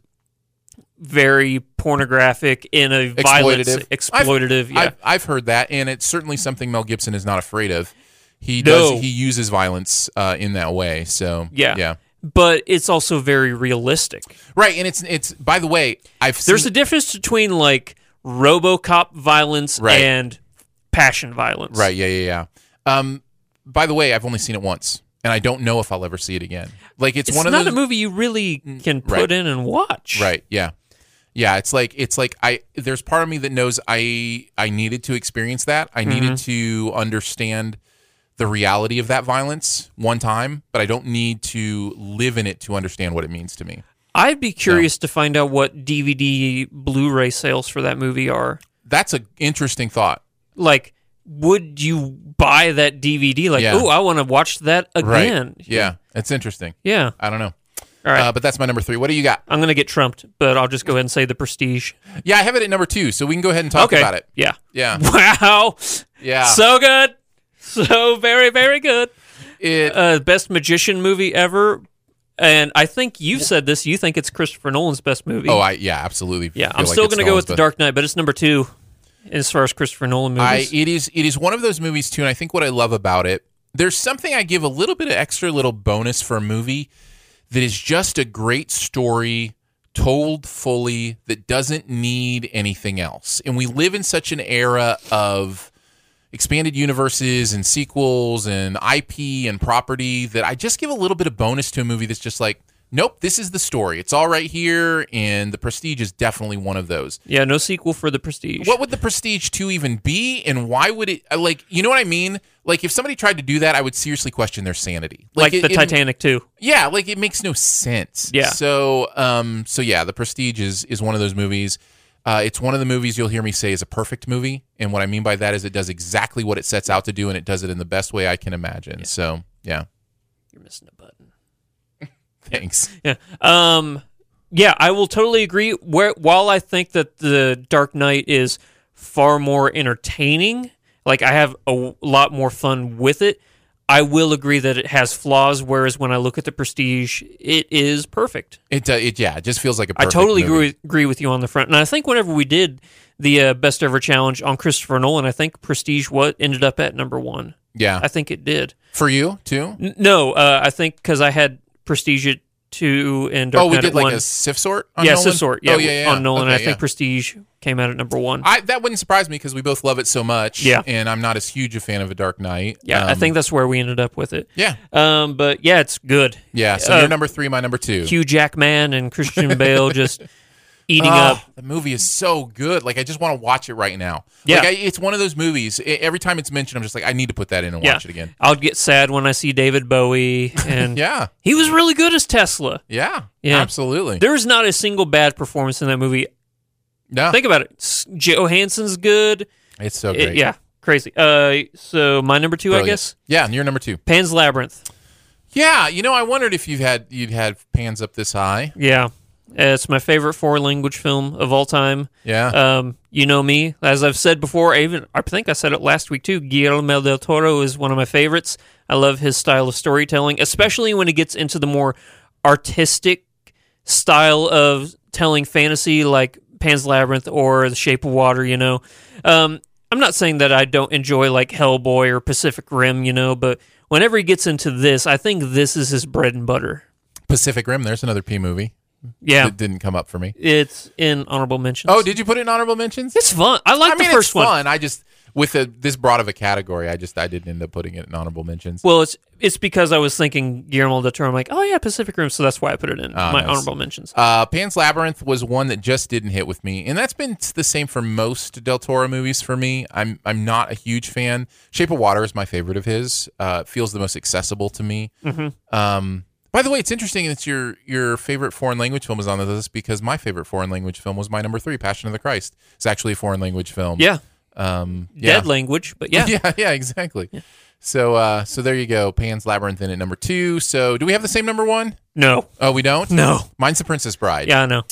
C: very pornographic in a violent
D: Exploitative.
C: exploitative. yeah.
D: I've, I've heard that, and it's certainly something Mel Gibson is not afraid of. He
C: No.
D: does. He uses violence uh, in that way. So
C: yeah.
D: yeah,
C: But it's also very realistic.
D: right. And it's it's. By the way, I've
C: There's a
D: seen,
C: difference between like RoboCop violence
D: Right.
C: and passion violence.
D: right. Yeah, yeah, yeah. Um, by the way, I've only seen it once, and I don't know if I'll ever see it again. Like it's,
C: It's,
D: one of
C: not
D: those, Mm,
C: a movie you really can put
D: right.
C: in and watch.
D: Right. Yeah. Yeah. It's like it's like I there's part of me that knows I I needed to experience that. I needed
C: Mm-hmm.
D: to understand the reality of that violence one time, but I don't need to live in it to understand what it means to me.
C: I'd be curious to find out what DVD Blu-ray sales for that movie are.
D: That's an interesting thought.
C: Like, would you buy that DVD? Like,
D: Yeah.
C: oh, I want to watch that
D: Right.
C: again.
D: Yeah. It's interesting.
C: Yeah.
D: I don't know.
C: All right.
D: Uh, but that's my number three. What do you got?
C: I'm gonna get trumped, but I'll just go ahead and say the Prestige.
D: Yeah, I have it at number two, so we can go ahead and talk
C: okay.
D: about it.
C: Yeah.
D: Yeah.
C: Wow.
D: Yeah.
C: So good. So very very good.
D: it,
C: uh, best magician movie ever. And I think you've said this. You think it's Christopher Nolan's best movie.
D: oh, I yeah, absolutely.
C: yeah.
D: feel
C: I'm
D: like
C: still
D: it's
C: going to go
D: Nolan's
C: with The
D: best-
C: Dark Knight, but it's number two as far as Christopher Nolan
D: I,
C: movies.
D: it is it is one of those movies too, and I think what I love about it, there's something I give a little bit of extra little bonus for a movie that is just a great story told fully that doesn't need anything else. And we live in such an era of expanded universes and sequels and IP and property that I just give a little bit of bonus to a movie that's just like, nope, this is the story. It's all right here, and The Prestige is definitely one of those.
C: yeah, no sequel for The Prestige.
D: What would the Prestige 2 even be? And why would it, uh, like, you know what I mean? Like, if somebody tried to do that, I would seriously question their sanity.
C: like
D: it-
C: The
D: it-
C: Titanic too.
D: Yeah, like, it makes no sense.
C: Yeah.
D: So, um, so yeah, The Prestige is, is one of those movies. Uh, it's one of the movies you'll hear me say is a perfect movie. And what I mean by that is it does exactly what it sets out to do and it does it in the best way I can imagine. So, yeah,
C: You're missing a button.
D: thanks.
C: Yeah. Um yeah, I will totally agree where while I think that The Dark Knight is far more entertaining, like I have a w- lot more fun with it. I will agree that it has flaws whereas when I look at The Prestige, it is perfect.
D: It, uh, it yeah, it just feels like a
C: I
D: perfect
C: totally
D: movie.
C: agree, agree with you on the front. And I think whenever we did the uh, best ever challenge on Christopher Nolan, I think Prestige what ended up at number 1.
D: Yeah.
C: I think it did.
D: For you, too?
C: N- no, uh, I think cuz I had Prestige at 2 and Dark
D: oh, we
C: Knight
D: did
C: at
D: like
C: 1.
D: a Sif sort on
C: yeah,
D: Nolan?
C: Sissort. Yeah,
D: oh, yeah, yeah.
C: on Nolan. and
D: Okay,
C: I think
D: yeah.
C: Prestige came out at number one.
D: I that wouldn't surprise me because we both love it so much.
C: Yeah.
D: and I'm not as huge a fan of a Dark Knight.
C: yeah, I
D: Um,
C: think that's where we ended up with it.
D: Yeah,
C: Um, but yeah, it's good.
D: yeah. So
C: Uh,
D: you're number three, my number two.
C: Hugh Jackman and Christian Bale just eating
D: Ah,
C: up.
D: The movie is so good. Like I just want to watch it right now.
C: Yeah.
D: like, I, it's one of those movies. e- every time it's mentioned, I'm just like, I need to put that in and
C: Yeah,
D: watch it again.
C: I'll get sad when I see David Bowie and
D: Yeah,
C: he was really good as Tesla.
D: yeah,
C: Yeah.
D: absolutely.
C: There is not a single bad performance in that movie.
D: No,
C: Think about it. S- Johansson's good.
D: it's so
C: It-
D: great.
C: yeah, crazy. Uh, so my number two,
D: Brilliant.
C: I guess,
D: Oh, Yeah, and you're number two.
C: Pan's Labyrinth.
D: Yeah, you know, I wondered if you've had you'd had pans up this high.
C: Yeah, Uh, It's my favorite foreign language film of all time.
D: Yeah.
C: Um, you know me, as I've said before. I even I think I said it last week too. Guillermo del Toro is one of my favorites. I love his style of storytelling, especially when it gets into the more artistic style of telling fantasy, like Pan's Labyrinth or The Shape of Water. You know, um, I'm not saying that I don't enjoy like Hellboy or Pacific Rim. You know, but whenever he gets into this, I think this is his bread and butter.
D: Pacific Rim. There's another P movie.
C: Yeah,
D: that didn't come up for me.
C: it's in honorable mentions.
D: Oh, did you put it in honorable mentions?
C: It's fun. I like
D: I mean,
C: the first
D: it's
C: one.
D: fun. I just with a, this broad of a category, I just I didn't end up putting it in honorable mentions.
C: Well, it's it's because I was thinking Guillermo del Toro. I'm like, oh yeah, Pacific Rim. So that's why I put it in
D: Ah,
C: my
D: nice.
C: honorable mentions.
D: Uh, Pan's Labyrinth was one that just didn't hit with me, and that's been the same for most Del Toro movies for me. I'm I'm not a huge fan. Shape of Water is my favorite of his. Uh, it feels the most accessible to me.
C: Mm-hmm.
D: Um, by the way, it's interesting that your your favorite foreign language film is on the list because my favorite foreign language film was my number three, Passion of the Christ. It's actually a foreign language film.
C: yeah.
D: Um, yeah.
C: dead language, but yeah,
D: yeah, yeah, exactly. So uh, so there you go. Pan's Labyrinth in at number two. So do we have the same number one?
C: no,
D: Oh, we don't.
C: No.
D: mine's The Princess Bride.
C: yeah, I know.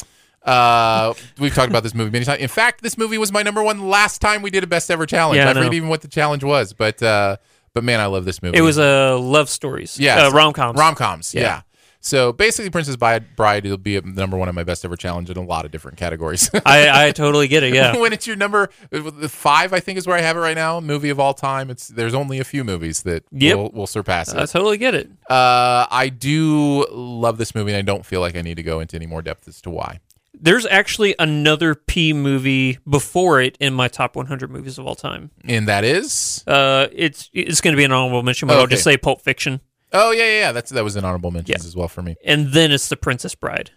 D: Uh, we've talked about this movie many times. In fact, this movie was my number one last time we did a best ever challenge.
C: Yeah, I
D: I forget
C: know.
D: even what the challenge was, but uh, but man, I love this movie.
C: It was uh, love stories,
D: yeah
C: uh, rom coms,
D: rom coms. Yeah.
C: Yeah.
D: So basically, Princess Bi- Bride will be at number one on my best ever challenge in a lot of different categories.
C: I I totally get it. Yeah,
D: when it's your number the five, I think is where I have it right now. Movie of all time. It's there's only a few movies that
C: Yep.
D: will, will surpass it.
C: I totally get it.
D: Uh, I do love this movie, and I don't feel like I need to go into any more depth as to why.
C: There's actually another P movie before it in my top 100 movies of all time.
D: And that is
C: Uh, it's it's going to be an honorable mention, but I'll
D: Okay.
C: just say Pulp Fiction.
D: Oh yeah, yeah, yeah. That's that was an honorable mentions
C: Yeah.
D: as well for me.
C: and then it's The Princess Bride.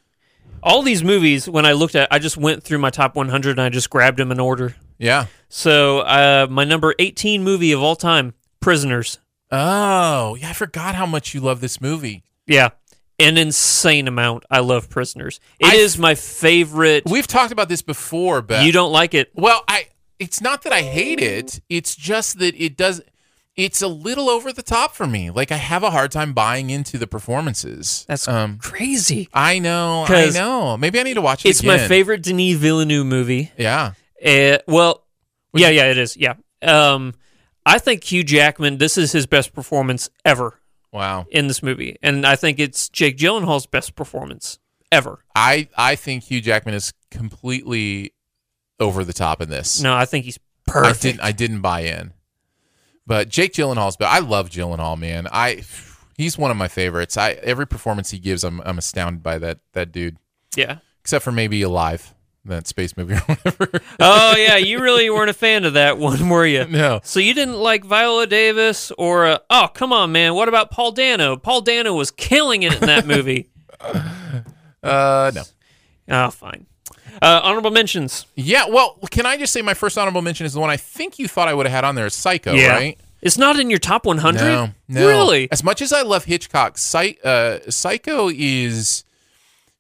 C: All these movies, when I looked at, I just went through my top 100 and I just grabbed them in order.
D: Yeah.
C: So uh, my number 18 movie of all time, Prisoners.
D: Oh yeah, I forgot how much you love this movie.
C: Yeah, an insane amount. I love Prisoners. It is
D: I-
C: my favorite.
D: We've talked about this before, but
C: you don't like it.
D: Well, I. It's not that I hate it. It's just that it does. It's a little over the top for me. Like I have a hard time buying into the performances.
C: That's
D: um.
C: crazy.
D: I know. I
C: 'Cause
D: know. Maybe I need to watch it.
C: It's my
D: again.
C: favorite Denis Villeneuve movie.
D: Yeah.
C: Uh, well, yeah, yeah, it is. Yeah. Um, I think Hugh Jackman. This is his best performance ever.
D: Wow.
C: in this movie, and I think it's Jake Gyllenhaal's best performance ever.
D: I I think Hugh Jackman is completely over the top in this.
C: No, I think he's
D: I
C: perfect.
D: didn't. I didn't buy in. But Jake Gyllenhaal's. But I love Gyllenhaal, man. I he's one of my favorites. I every performance he gives, I'm I'm astounded by that that dude.
C: yeah.
D: Except for maybe Alive, that space movie or whatever.
C: Oh yeah, you really weren't a fan of that one, were you?
D: No.
C: So you didn't like Viola Davis or uh, oh come on man, what about Paul Dano? Paul Dano was killing it in that movie.
D: Uh, no.
C: oh fine. Uh, honorable mentions.
D: Yeah. Well, can I just say my first honorable mention is the one I think you thought I would have had on there is Psycho, right?
C: It's not in your top 100.
D: No, no.
C: Really?
D: As much as I love Hitchcock, Psy- uh, Psycho is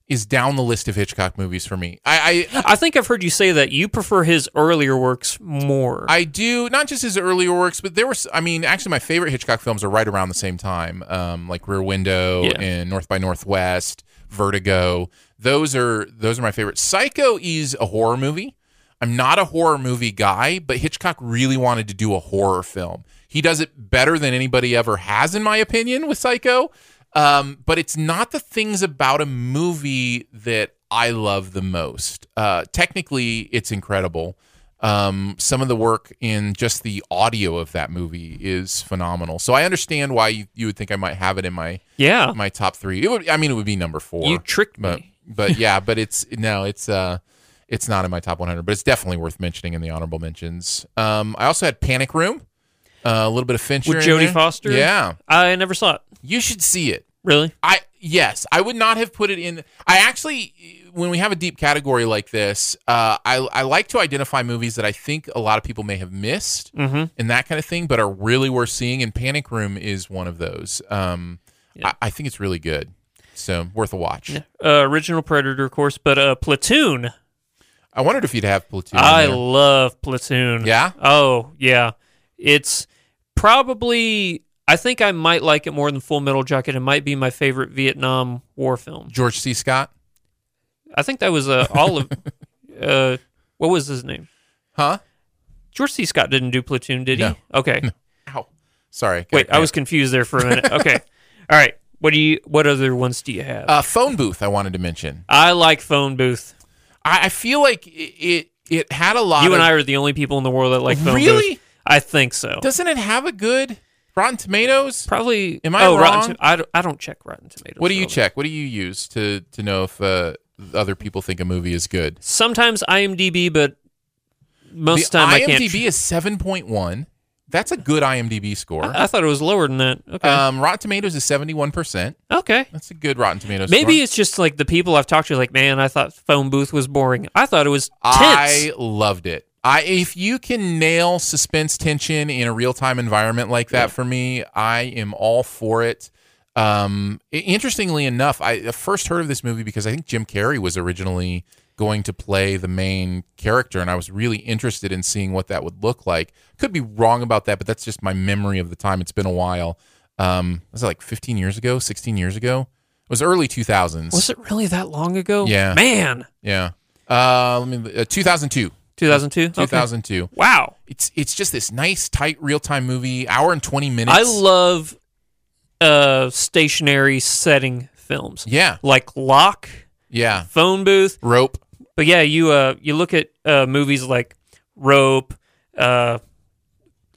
D: is down the list of Hitchcock movies for me. I, I
C: I think I've heard you say that you prefer his earlier works more.
D: I do not just his earlier works, but there was. I mean, actually, my favorite Hitchcock films are right around the same time, um, like Rear Window
C: Yeah.
D: and North by Northwest, Vertigo. Those are those are my favorites. Psycho is a horror movie. I'm not a horror movie guy, but Hitchcock really wanted to do a horror film. He does it better than anybody ever has, in my opinion, with Psycho. Um, but it's not the things about a movie that I love the most. Uh, technically, it's incredible. Um, some of the work in just the audio of that movie is phenomenal. So I understand why you, you would think I might have it in my
C: yeah.
D: my top three. It would, I mean, it would be number four.
C: You tricked
D: but,
C: me.
D: But yeah, but it's no, it's uh, it's not in my top 100, but it's definitely worth mentioning in the honorable mentions. Um, I also had Panic Room, uh, a little bit of Fincher
C: With
D: in
C: Jodie
D: there.
C: Foster?
D: Yeah,
C: I never saw it.
D: you should see it.
C: Really?
D: I yes, I would not have put it in. I actually, when we have a deep category like this, uh, I I like to identify movies that I think a lot of people may have missed
C: Mm-hmm.
D: and that kind of thing, but are really worth seeing. And Panic Room is one of those. Um, I, I think it's really good, so worth a watch.
C: uh, original Predator, of course, but uh, Platoon.
D: Mm-hmm. I wondered if you'd have Platoon. in
C: I
D: there.
C: love Platoon.
D: Yeah?
C: Oh, yeah. It's probably. I think I might like it more than Full Metal Jacket. It might be my favorite Vietnam War film.
D: George C. Scott.
C: I think that was uh, all of. Uh, what was his name?
D: Huh?
C: George C. Scott didn't do Platoon, did he?
D: No.
C: Okay.
D: Ow. Sorry. got
C: Wait,
D: it
C: I was confused there for a minute. Okay. all right. What do you? What other ones do you have?
D: Uh, phone booth. I wanted to mention.
C: I like Phone Booth.
D: I, I feel like it, it it had a lot.
C: You
D: of,
C: and I are the only people in the world that like Phone Booth.
D: Really?
C: I think so.
D: Doesn't it have a good Rotten Tomatoes?
C: Probably.
D: Am I
C: oh, Rotten
D: wrong?
C: Tom- I, don't, I don't check Rotten Tomatoes.
D: What do you
C: really.
D: check? What do you use to to know if uh, other people think a movie is good?
C: Sometimes IMDb, but most
D: the
C: time I can't.
D: IMDb is seven point one. That's a good IMDb score.
C: I thought it was lower than that. Okay.
D: Um, Rotten Tomatoes is seventy one percent.
C: okay.
D: That's a good Rotten Tomatoes.
C: Maybe
D: score.
C: it's just like the people I've talked to. Like, man, I thought phone booth was boring. I thought it was
D: I
C: tense.
D: loved it. I if you can nail suspense tension in a real time environment like that for me, I am all for it. Um, i- interestingly enough, I first heard of this movie because I think Jim Carrey was originally going to play the main character, and I was really interested in seeing what that would look like. Could be wrong about that, but that's just my memory of the time. It's been a while. Um, was it like 15 years ago, 16 years ago? It was early 2000s.
C: was it really that long ago?
D: Yeah.
C: man,
D: Yeah. Uh, let me. Uh, 2002.
C: 2002.
D: 2002.
C: Wow,
D: It's it's just this nice, tight, real time movie, hour and twenty minutes.
C: I love uh stationary setting films.
D: Yeah.
C: like lock,
D: Yeah.
C: phone booth.
D: Rope.
C: But yeah, you uh you look at uh movies like Rope, uh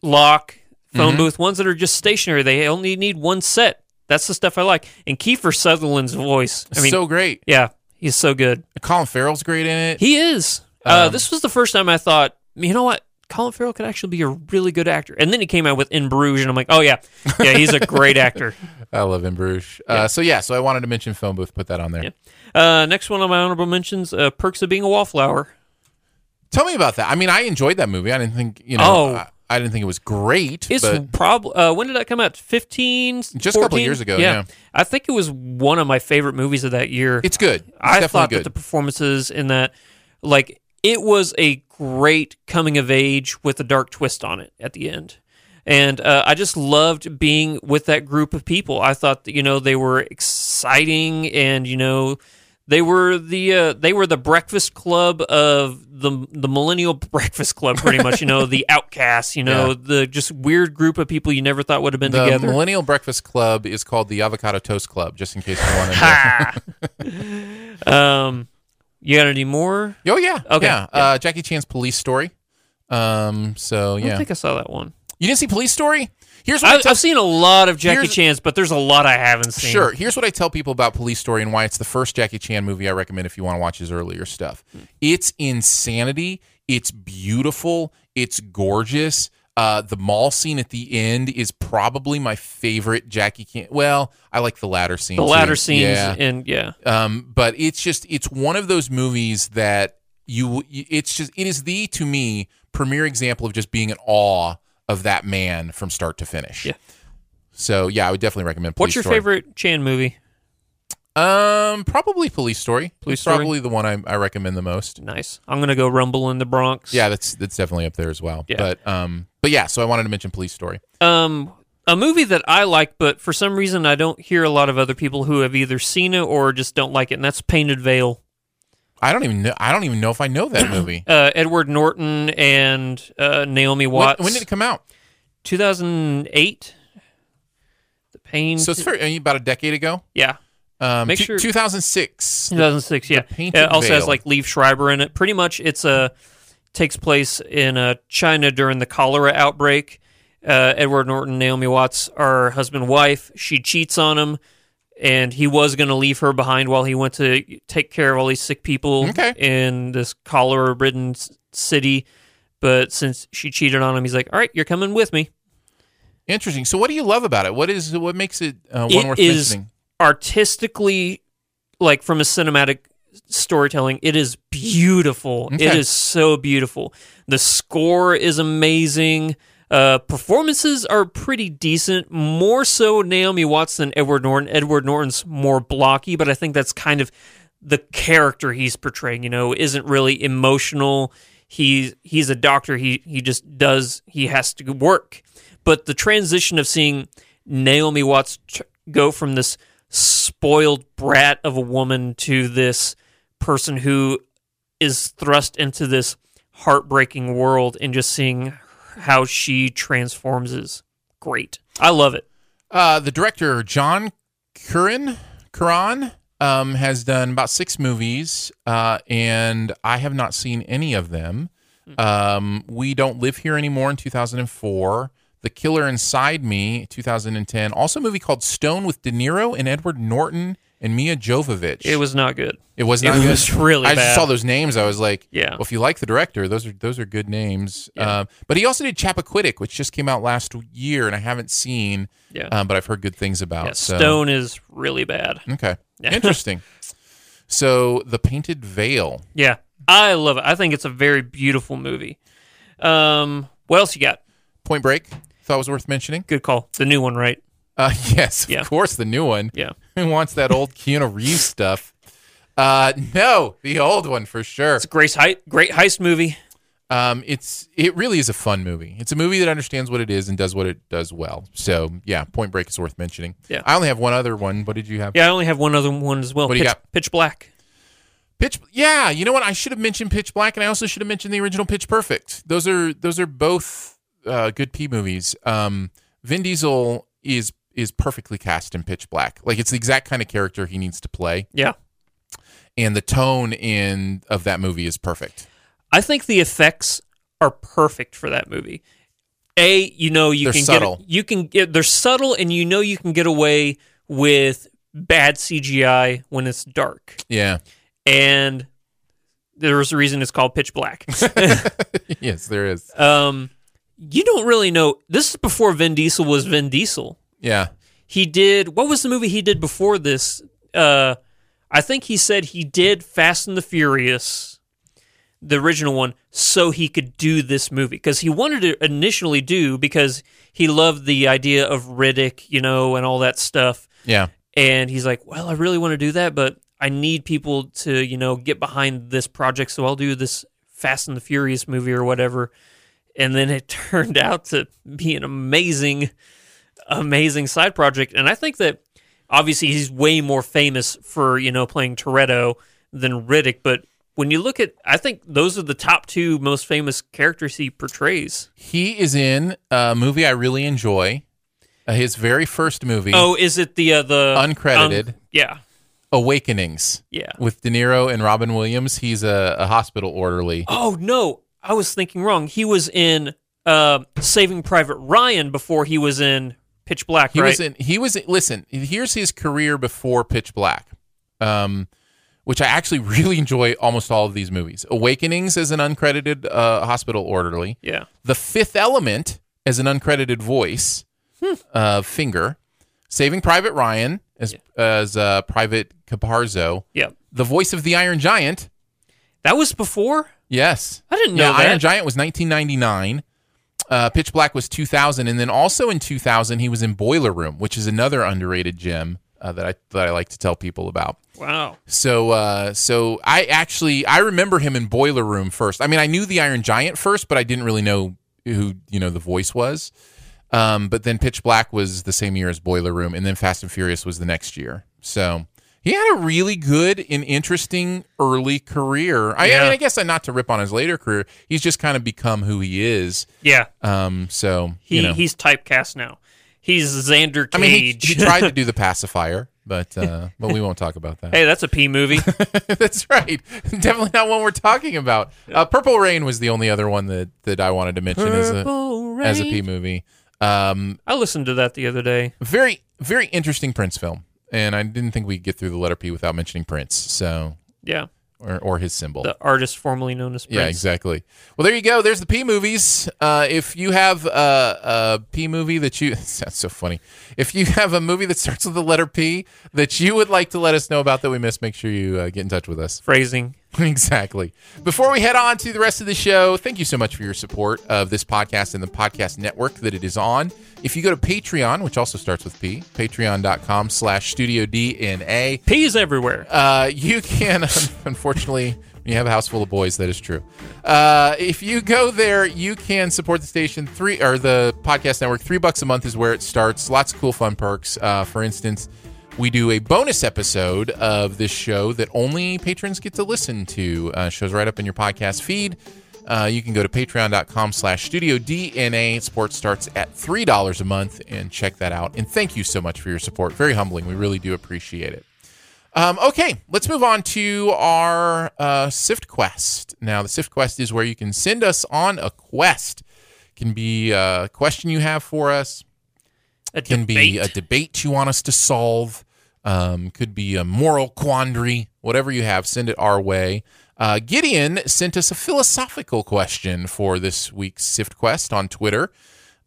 C: Lock,
D: Mm-hmm.
C: Phone Booth, ones that are just stationary. They only need one set. That's the stuff I like. And Kiefer Sutherland's voice. I mean,
D: so great.
C: yeah, he's so good.
D: Colin Farrell's great in it.
C: He is. uh,
D: Um,
C: this was the first time I thought, you know what? Colin Farrell could actually be a really good actor. And then he came out with In Bruges, and I'm like, oh yeah, yeah, he's a great actor.
D: I love him, Bruges. Uh, so yeah, so I wanted to mention Phone Booth. Put that on there.
C: Yeah. Uh, next one on my honorable mentions: uh, Perks of Being a Wallflower.
D: Tell me about that. I mean, I enjoyed that movie. I didn't think you know.
C: Oh.
D: I, I didn't think it was great.
C: It's
D: but
C: probably uh, when did that come out? Fifteen,
D: Just a couple
C: 14?
D: years ago, yeah.
C: I think it was one of my favorite movies of that year.
D: it's good. It's
C: I
D: definitely
C: thought
D: good.
C: that the performances in that, like, it was a great coming of age with a dark twist on it at the end. And uh, I just loved being with that group of people. I thought that you know they were exciting, and you know they were the uh, they were the breakfast club of the the millennial breakfast club, pretty much. You know the outcasts, you know
D: Yeah.
C: the just weird group of people you never thought would have been
D: The
C: together.
D: Millennial Breakfast Club is called the Avocado Toast Club. Just in case you want to. know.
C: Ha! Ah. um, you got any more?
D: Oh yeah.
C: Okay,
D: Yeah. Uh, Jackie Chan's Police Story. Um. So
C: I don't
D: yeah.
C: think I saw that one.
D: you didn't see Police Story? Here's what I
C: I,
D: tell-
C: I've seen a lot of Jackie
D: Here's-
C: Chan's, but there's a lot I haven't seen.
D: Sure. Here's what I tell people about Police Story and why it's the first Jackie Chan movie I recommend if you want to watch his earlier stuff.
C: Hmm.
D: It's insanity. It's beautiful. It's gorgeous. Uh, the mall scene at the end is probably my favorite Jackie Chan. Well, I like the latter scene.
C: The
D: too.
C: latter scenes,
D: Yeah.
C: and yeah,
D: Um, but it's just it's one of those movies that you you- it's just it is the to me premier example of just being in awe of that man from start to finish.
C: Yeah.
D: So yeah, I would definitely recommend. Police
C: what's your
D: Story.
C: favorite Chan movie?
D: Um, probably Police Story.
C: Police
D: It's
C: Story?
D: probably the one I, I recommend the most.
C: Nice. I'm gonna go Rumble in the Bronx.
D: Yeah, that's that's definitely up there as well.
C: Yeah.
D: But um, but yeah, so I wanted to mention Police Story.
C: Um, a movie that I like, but for some reason I don't hear a lot of other people who have either seen it or just don't like it, and that's Painted Veil.
D: I don't even know. I don't even know if I know that movie.
C: Uh, Edward Norton and uh, Naomi
D: when,
C: Watts.
D: when did it come out?
C: 2008. The Pain.
D: So it's very, about a decade ago.
C: yeah.
D: Um,
C: Make
D: two-
C: sure-
D: 2006.
C: 2006 yeah
D: Painted
C: it also has
D: Veil.
C: like leaf schreiber in it pretty much it's a takes place in uh, china during the cholera outbreak uh, edward norton naomi watts are husband and wife she cheats on him and he was going to leave her behind while he went to take care of all these sick people
D: Okay.
C: in this cholera ridden city but since she cheated on him he's like all right you're coming with me
D: Interesting. So what do you love about it? What is what makes it uh, one
C: It
D: worth
C: is-
D: mentioning?
C: artistically like from a cinematic storytelling it is beautiful it
D: Okay.
C: is so beautiful the score is amazing uh performances are pretty decent more so naomi watts than edward norton edward norton's more blocky but i think that's kind of the character he's portraying you know isn't really emotional he's he's a doctor he he just does he has to work but the transition of seeing Naomi Watts tr- go from this spoiled brat of a woman to this person who is thrust into this heartbreaking world and just seeing how she transforms is great. I love it.
D: Uh, the director John Curran Curran um, has done about six movies, uh, and I have not seen any of them. Um, we don't live here anymore in 2004. The Killer Inside Me, 2010. Also, a movie called Stone with De Niro and Edward Norton and Mia Jovovich.
C: It was not good.
D: It was not
C: it
D: good.
C: was really
D: I just
C: bad.
D: saw those names. I was like,
C: Yeah.
D: Well, if you like the director, those are those are good names. Um, but he also did Chappaquiddick, which just came out last year, and I haven't seen.
C: Yeah.
D: Um, but I've heard good things about.
C: Yeah,
D: so-
C: Stone is really bad.
D: Okay. Interesting. so the Painted Veil.
C: Yeah, I love it. I think it's a very beautiful movie. Um, what else you got?
D: Point Break. Thought was worth mentioning.
C: Good call. The new one, right?
D: Uh, yes, of
C: Yeah.
D: course, the new one.
C: Yeah.
D: Who wants that old Keanu Reeves stuff? Uh, no, the old one for sure.
C: It's a great heist, great heist movie.
D: Um, it's it really is a fun movie. It's a movie that understands what it is and does what it does well. So yeah, Point Break is worth mentioning.
C: Yeah.
D: I only have one other one. What did you have?
C: Yeah, I only have one other one as well.
D: What do
C: Pitch,
D: you got?
C: Pitch Black.
D: Pitch. Yeah, you know what? I should have mentioned Pitch Black, and I also should have mentioned the original Pitch Perfect. Those are those are both uh, good P movies. Um, Vin Diesel is is perfectly cast in Pitch Black. Like it's the exact kind of character he needs to play,
C: Yeah.
D: and the tone in of that movie is perfect.
C: I think the effects are perfect for that movie. A, you know you
D: They're
C: can
D: subtle.
C: get you can get they're subtle and you know you can get away with bad CGI when it's dark.
D: Yeah.
C: And there's a reason it's called pitch black.
D: yes, there is.
C: um you don't really know this is before Vin Diesel was Vin Diesel.
D: Yeah.
C: He did what was the movie he did before this? Uh I think he said he did Fast and the Furious, the original one, so he could do this movie because he wanted to initially do because he loved the idea of Riddick, you know, and all that stuff.
D: Yeah.
C: And he's like, "Well, I really want to do that, but I need people to, you know, get behind this project, so I'll do this Fast and the Furious movie or whatever." And then it turned out to be an amazing amazing side project. And I think that obviously he's way more famous for, you know, playing Toretto than Riddick. But when you look at, I think those are the top two most famous characters he portrays.
D: He is in a movie I really enjoy. Uh, his very first movie,
C: Oh, is it the, uh, the
D: Uncredited.
C: um, yeah.
D: Awakenings.
C: Yeah.
D: With De Niro and Robin Williams. He's a, a hospital orderly.
C: Oh, no. I was thinking wrong. He was in uh, Saving Private Ryan before he was in Pitch Black,
D: He
C: right?
D: was in. He was listen. Here's his career before Pitch Black, um, which I actually really enjoy. Almost all of these movies. Awakenings as an uncredited uh, hospital orderly.
C: yeah.
D: The Fifth Element as an uncredited voice.
C: Hmm.
D: Uh, finger. Saving Private Ryan as as uh, Private Caparzo.
C: Yeah.
D: The voice of the Iron Giant.
C: That was before?
D: Yes.
C: I didn't
D: yeah,
C: know
D: Iron
C: that.
D: Giant was 1999. Uh, Pitch Black was 2000, and then also in 2000 he was in Boiler Room, which is another underrated gem uh, that I that I like to tell people about.
C: Wow.
D: So uh, so I actually I remember him in Boiler Room first. I mean I knew the Iron Giant first, but I didn't really know who you know the voice was. Um, but then Pitch Black was the same year as Boiler Room, and then Fast and Furious was the next year. So he had a really good and interesting early career. I, I
C: Yeah.
D: mean, I guess I not to rip on his later career. He's just kind of become who he is.
C: Yeah.
D: Um, so
C: He,
D: you know,
C: He's typecast now. He's Xander Cage.
D: I mean, he, he tried to do the pacifier, but uh, but we won't talk about that.
C: Hey, that's a P movie.
D: That's right. Definitely not one we're talking about. Uh, Purple Rain was the only other one that, that I wanted to mention as a as a P movie. Um,
C: I listened to that the other day.
D: very very interesting Prince film, and I didn't think we'd get through the letter P without mentioning Prince. So
C: Yeah,
D: or or his symbol.
C: the artist formerly known as Prince.
D: Yeah, exactly. Well, there you go. There's the P movies. Uh, if you have a, a P movie that you that's so funny. If you have a movie that starts with the letter P that you would like to let us know about that we missed, make sure you uh, get in touch with us.
C: Phrasing.
D: Exactly. Before we head on to the rest of the show, thank you so much for your support of this podcast and the podcast network that it is on. If you go to Patreon, which also starts with P, patreon.com slash studio DNA,
C: P's everywhere.
D: uh, you can, unfortunately, when you have a house full of boys, that is true. Uh, if you go there, you can support the station three or the podcast network. Three bucks a month is where it starts. Lots of cool, fun perks. Uh, for instance, we do a bonus episode of this show that only patrons get to listen to. Uh, shows right up in your podcast feed. Uh, you can go to patreon.com slash studio DNA. Sports starts at $3 a month and check that out. And thank you so much for your support. Very humbling. We really do appreciate it. Um, okay, let's move on to our uh, Sift Quest. Now, the Sift Quest is where you can send us on a quest. Can be a question you have for us.
C: A
D: Can
C: debate.
D: be a debate you want us to solve. Um, could be a moral quandary. Whatever you have, send it our way. Uh, Gideon sent us a philosophical question for this week's Sift Quest on Twitter.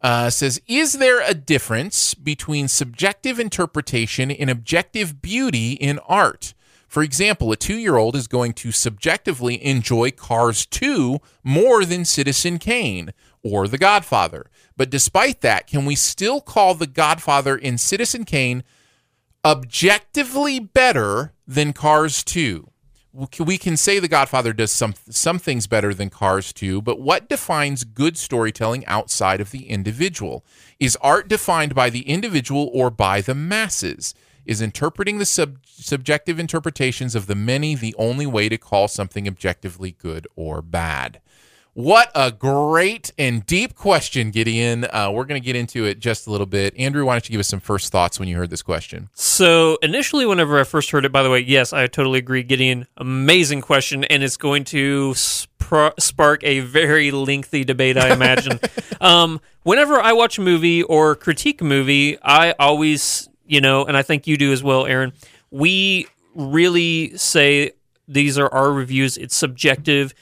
D: Uh, says, is there a difference between subjective interpretation and objective beauty in art? For example, a two year old is going to subjectively enjoy Cars 2 more than Citizen Kane or The Godfather. But despite that, can we still call The Godfather and Citizen Kane objectively better than Cars 2? We can say The Godfather does some, some things better than Cars 2, but what defines good storytelling outside of the individual? Is art defined by the individual or by the masses? Is interpreting the sub- subjective interpretations of the many the only way to call something objectively good or bad? What a great and deep question, Gideon. Uh, we're going to get into it just a little bit. Andrew, why don't you give us some first thoughts when you heard this question?
C: So initially, whenever I first heard it, by the way, yes, I totally agree. Gideon, amazing question, and it's going to spr- spark a very lengthy debate, I imagine. um, whenever I watch a movie or critique a movie, I always, you know, and I think you do as well, Aaron. We really say these are our reviews. It's subjective.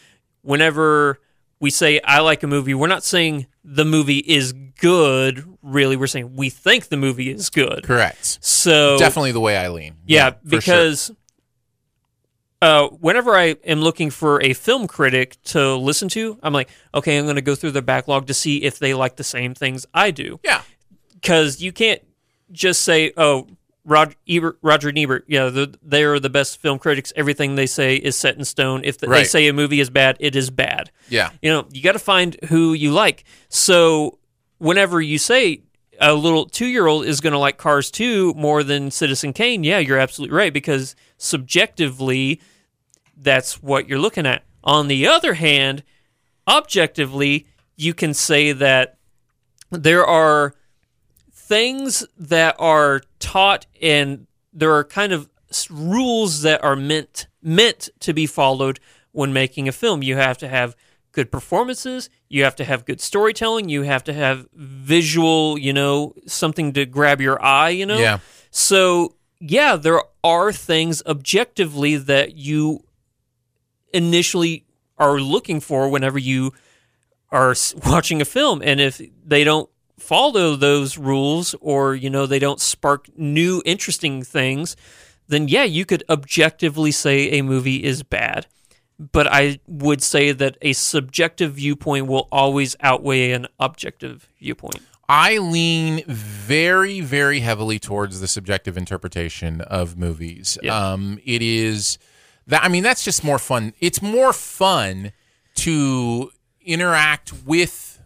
C: Whenever we say I like a movie, we're not saying the movie is good. Really, we're saying we think the movie is good.
D: Correct.
C: So
D: Definitely the way I lean.
C: yeah,
D: for sure.
C: because uh, whenever I am looking for a film critic to listen to, I'm like, okay, I'm going to go through their backlog to see if they like the same things I do.
D: Yeah.
C: Because you can't just say, oh, Roger Ebert, Roger Ebert, yeah, the, they are the best film critics. Everything they say is set in stone. If they
D: Right.
C: say a movie is bad, it is bad
D: Yeah.
C: you know you got to find who you like so whenever you say a little two-year-old is going to like cars 2 more than citizen kane yeah you're absolutely right because subjectively that's what you're looking at on the other hand objectively you can say that there are things that are taught and there are kind of s- rules that are meant meant to be followed when making a film you have to have good performances you have to have good storytelling you have to have visual you know something to grab your eye you know
D: Yeah.
C: so yeah there are things objectively that you initially are looking for whenever you are s- watching a film and if they don't follow those rules or you know they don't spark new interesting things then yeah you could objectively say a movie is bad but i would say that a subjective viewpoint will always outweigh an objective viewpoint
D: I lean very, very heavily towards the subjective interpretation of movies.
C: Yeah.
D: Um, it is that I mean that's just more fun. It's more fun to interact with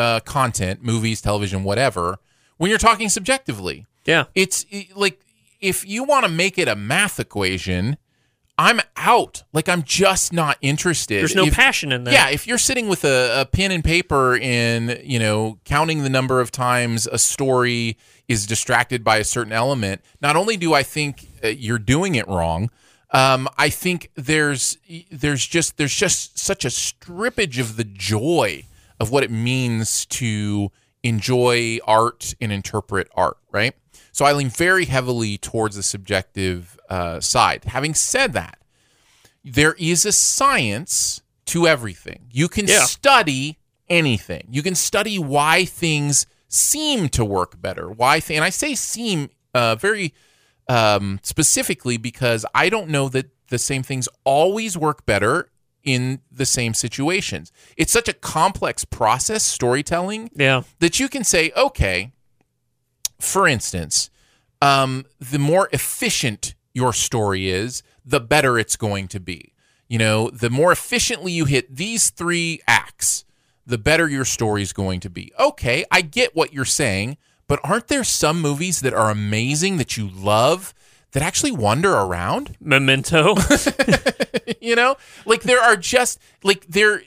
D: uh, content, movies, television, whatever, when you're talking subjectively.
C: yeah
D: It's it- like if you want to make it a math equation, I'm out. Like I'm just not interested.
C: there's no
D: If-
C: passion in there
D: yeah, if you're sitting with a, a pen and paper and, you know, counting the number of times a story is distracted by a certain element, not only do I think uh, you're doing it wrong, um, I think there's there's just there's just such a strippage of the joy of what it means to enjoy art and interpret art, right? So I lean very heavily towards the subjective uh, side. Having said that, there is a science to everything. You can
C: Yeah.
D: study anything. You can study why things seem to work better. Why th- and I say seem uh, very um, specifically because I don't know that the same things always work better in the same situations. It's such a complex process, storytelling,
C: yeah
D: that you can say, okay, for instance, um, the more efficient your story is, the better it's going to be. You know, the more efficiently you hit these three acts, the better your story is going to be. Okay, I get what you're saying, but aren't there some movies that are amazing that you love that actually wander around.
C: Memento.
D: you know like there are just like there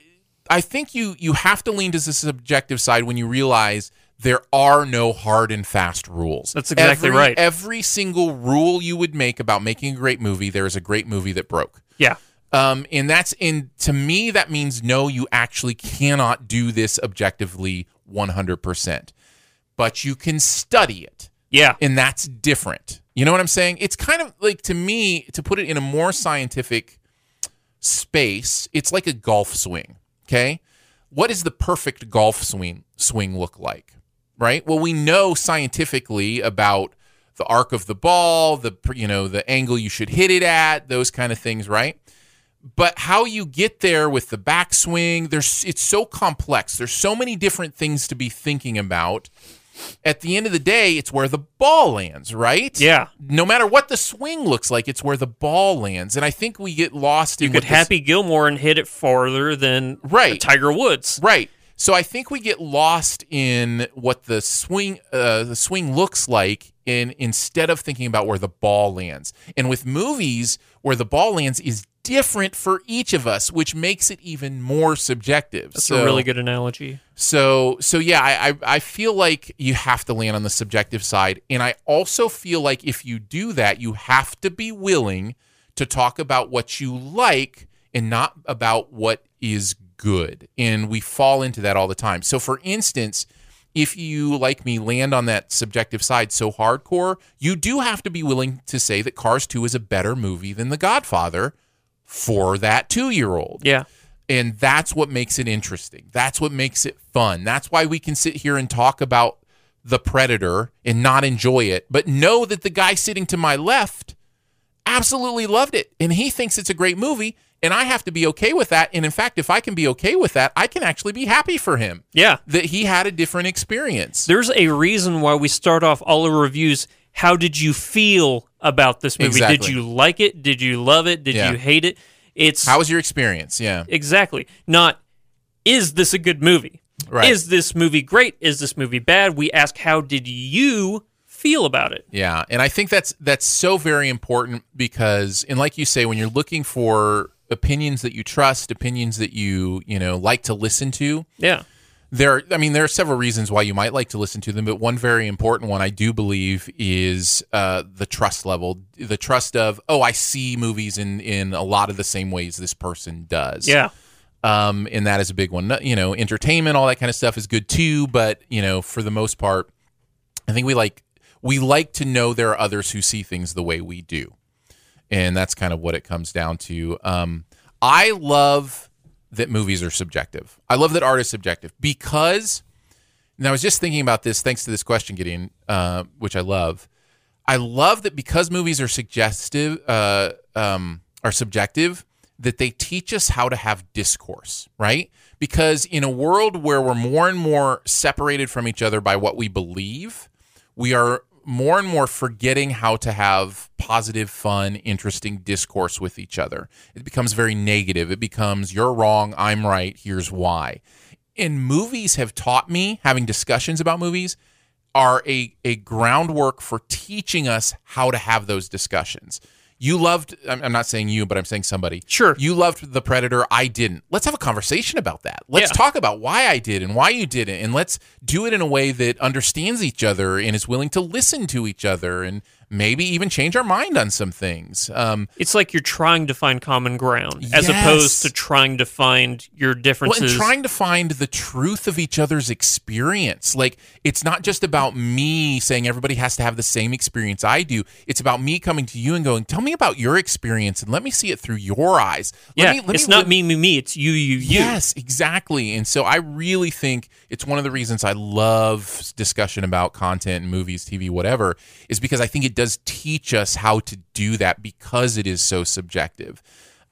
D: i think you you have to lean to the subjective side when you realize there are no hard and fast rules
C: That's exactly
D: Every-
C: right.
D: every single rule you would make about making a great movie there is a great movie that broke
C: yeah.
D: um, and that's in to me that means no you actually cannot do this objectively 100% but you can study it
C: Yeah.
D: and that's different. You know what I'm saying? It's kind of like to me to put it in a more scientific space. It's like a golf swing. Okay, what does the perfect golf swing swing look like? Right. Well, we know scientifically about the arc of the ball, the you know the angle you should hit it at, those kind of things. Right but how you get there with the backswing, there's it's so complex. There's so many different things to be thinking about. At the end of the day, it's where the ball lands, right?
C: Yeah.
D: No matter what the swing looks like, it's where the ball lands, and I think we get lost
C: You
D: in what
C: could
D: this-
C: Happy Gilmore and hit it farther than
D: Right.
C: Tiger Woods.
D: Right. So I think we get lost in what the swing uh, the swing looks like in instead of thinking about where the ball lands. And with movies where the ball lands is different for each of us, which makes it even more subjective.
C: That's
D: So-
C: a really good analogy.
D: so so yeah, I, I I feel like you have to land on the subjective side, and I also feel like if you do that, you have to be willing to talk about what you like and not about what is good. And we fall into that all the time. So for instance, if you like me land on that subjective side so hardcore, you do have to be willing to say that Cars 2 is a better movie than The Godfather for that 2-year-old.
C: Yeah.
D: And that's what makes it interesting. That's what makes it fun. That's why we can sit here and talk about the predator and not enjoy it, but know that the guy sitting to my left absolutely loved it and he thinks it's a great movie. And I have to be okay with that. And in fact, if I can be okay with that, I can actually be happy for him
C: Yeah.
D: that he had a different experience.
C: There's a reason why we start off all our reviews. How did you feel about this movie? Did
D: Exactly.
C: you like it? Did you love it? Did
D: Yeah.
C: you hate it? It's
D: How was your experience? Yeah.
C: exactly not is this a good movie?
D: Right.
C: Is this movie great? Is this movie bad? We ask how did you feel about it?
D: Yeah, and I think that's that's so very important because, and like you say, when you're looking for opinions that you trust, opinions that you you know like to listen to,
C: Yeah.
D: there. Are, I mean, there are several reasons why you might like to listen to them, but one very important one I do believe is uh, the trust level, the trust of oh, I see movies in in a lot of the same ways this person does
C: Yeah.
D: um, and that is a big one. No- You know, entertainment, all that kind of stuff is good too, but you know, for the most part, I think we like we like to know there are others who see things the way we do, and that's kind of what it comes down to. Um, I love that movies are subjective. I love that art is subjective because, and I was just thinking about this thanks to this question, Gideon, uh, which I love. I love that because movies are suggestive, uh, um, are subjective, that they teach us how to have discourse, right? Because in a world where we're more and more separated from each other by what we believe, we are more and more forgetting how to have positive, fun, interesting discourse with each other. It becomes very negative. It becomes, you're wrong, I'm right, here's why. And movies have taught me, having discussions about movies, are a, a groundwork for teaching us how to have those discussions. You loved, I'm I'm not saying you, but I'm saying somebody.
C: Sure.
D: You loved The Predator. I didn't. Let's have a conversation about that. Let's
C: Yeah.
D: talk about why I did and why you didn't. And let's do it in a way that understands each other and is willing to listen to each other and maybe even change our mind on some things. Um,
C: It's like you're trying to find common ground as
D: Yes.
C: opposed to trying to find your
D: Well, and
C: differences.
D: trying to find the truth of each other's experience. Like, it's not just about me saying everybody has to have the same experience I do. It's about me coming to you and going, tell me about your experience and let me see it through your eyes. Let
C: yeah,
D: me, let
C: it's not
D: live-
C: me, me, me. It's you, you, you.
D: Yes, exactly. And so I really think it's one of the reasons I love discussion about content, movies, TV, whatever, is because I think it does teach us how to do that because it is so subjective.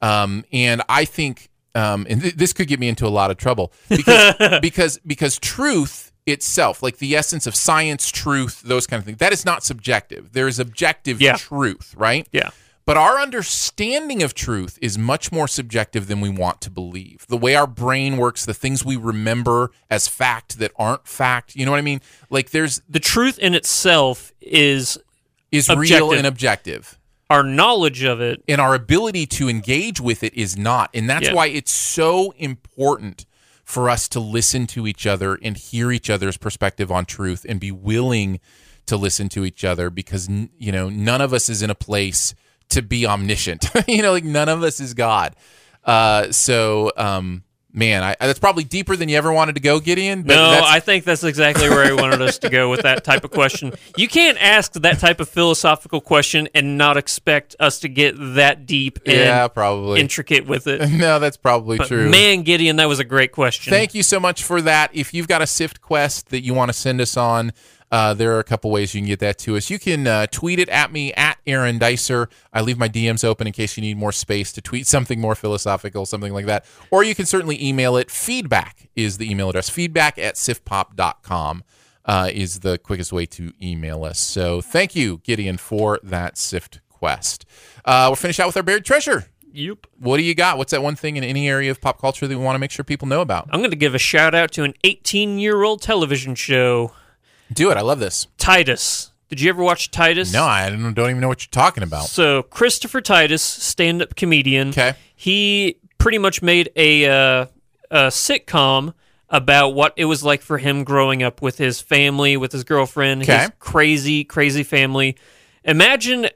D: Um, and I think, um, and th- this could get me into a lot of trouble because because because truth itself, like the essence of science, truth, those kind of things, that is not subjective. There is objective
C: Yeah.
D: truth, right?
C: Yeah.
D: But our understanding of truth is much more subjective than we want to believe. The way our brain works, the things we remember as fact that aren't fact, you know what I mean? Like there's
C: The truth in itself is
D: is real
C: Objective.
D: and objective.
C: our knowledge of it.
D: and our ability to engage with it is not. And that's
C: Yeah.
D: why it's so important for us to listen to each other and hear each other's perspective on truth and be willing to listen to each other because n- you know none of us is in a place to be omniscient. you know, like none of us is God. Uh, so, um, man, I, that's probably deeper than you ever wanted to go, Gideon. But
C: No,
D: that's,
C: I think that's exactly where he wanted us to go with that type of question. You can't ask that type of philosophical question and not expect us to get that deep and
D: yeah, probably.
C: intricate with it.
D: no, that's probably
C: But
D: true.
C: man, Gideon, that was a great question.
D: Thank you so much for that. If you've got a Sift quest that you want to send us on, uh, there are a couple ways you can get that to us. You can uh, tweet it at me at Aaron Dicer. I leave my DMs open in case you need more space to tweet something more philosophical, something like that. Or you can certainly email it. Feedback is the email address. Feedback at siftpop.com uh, is the quickest way to email us. So thank you, Gideon, for that Sift quest. Uh, we'll finish out with our buried treasure.
C: Yep.
D: What do you got? What's that one thing in any area of pop culture that we want to make sure people know about?
C: I'm going to give a shout out to an 18 year old television show,
D: Do it. I love this.
C: Titus. Did you ever watch Titus?
D: No, I don't, don't even know what you're talking about.
C: So Christopher Titus, stand-up comedian.
D: Okay.
C: He pretty much made a, uh, a sitcom about what it was like for him growing up with his family, with his girlfriend,
D: Okay.
C: his crazy, crazy family. Imagine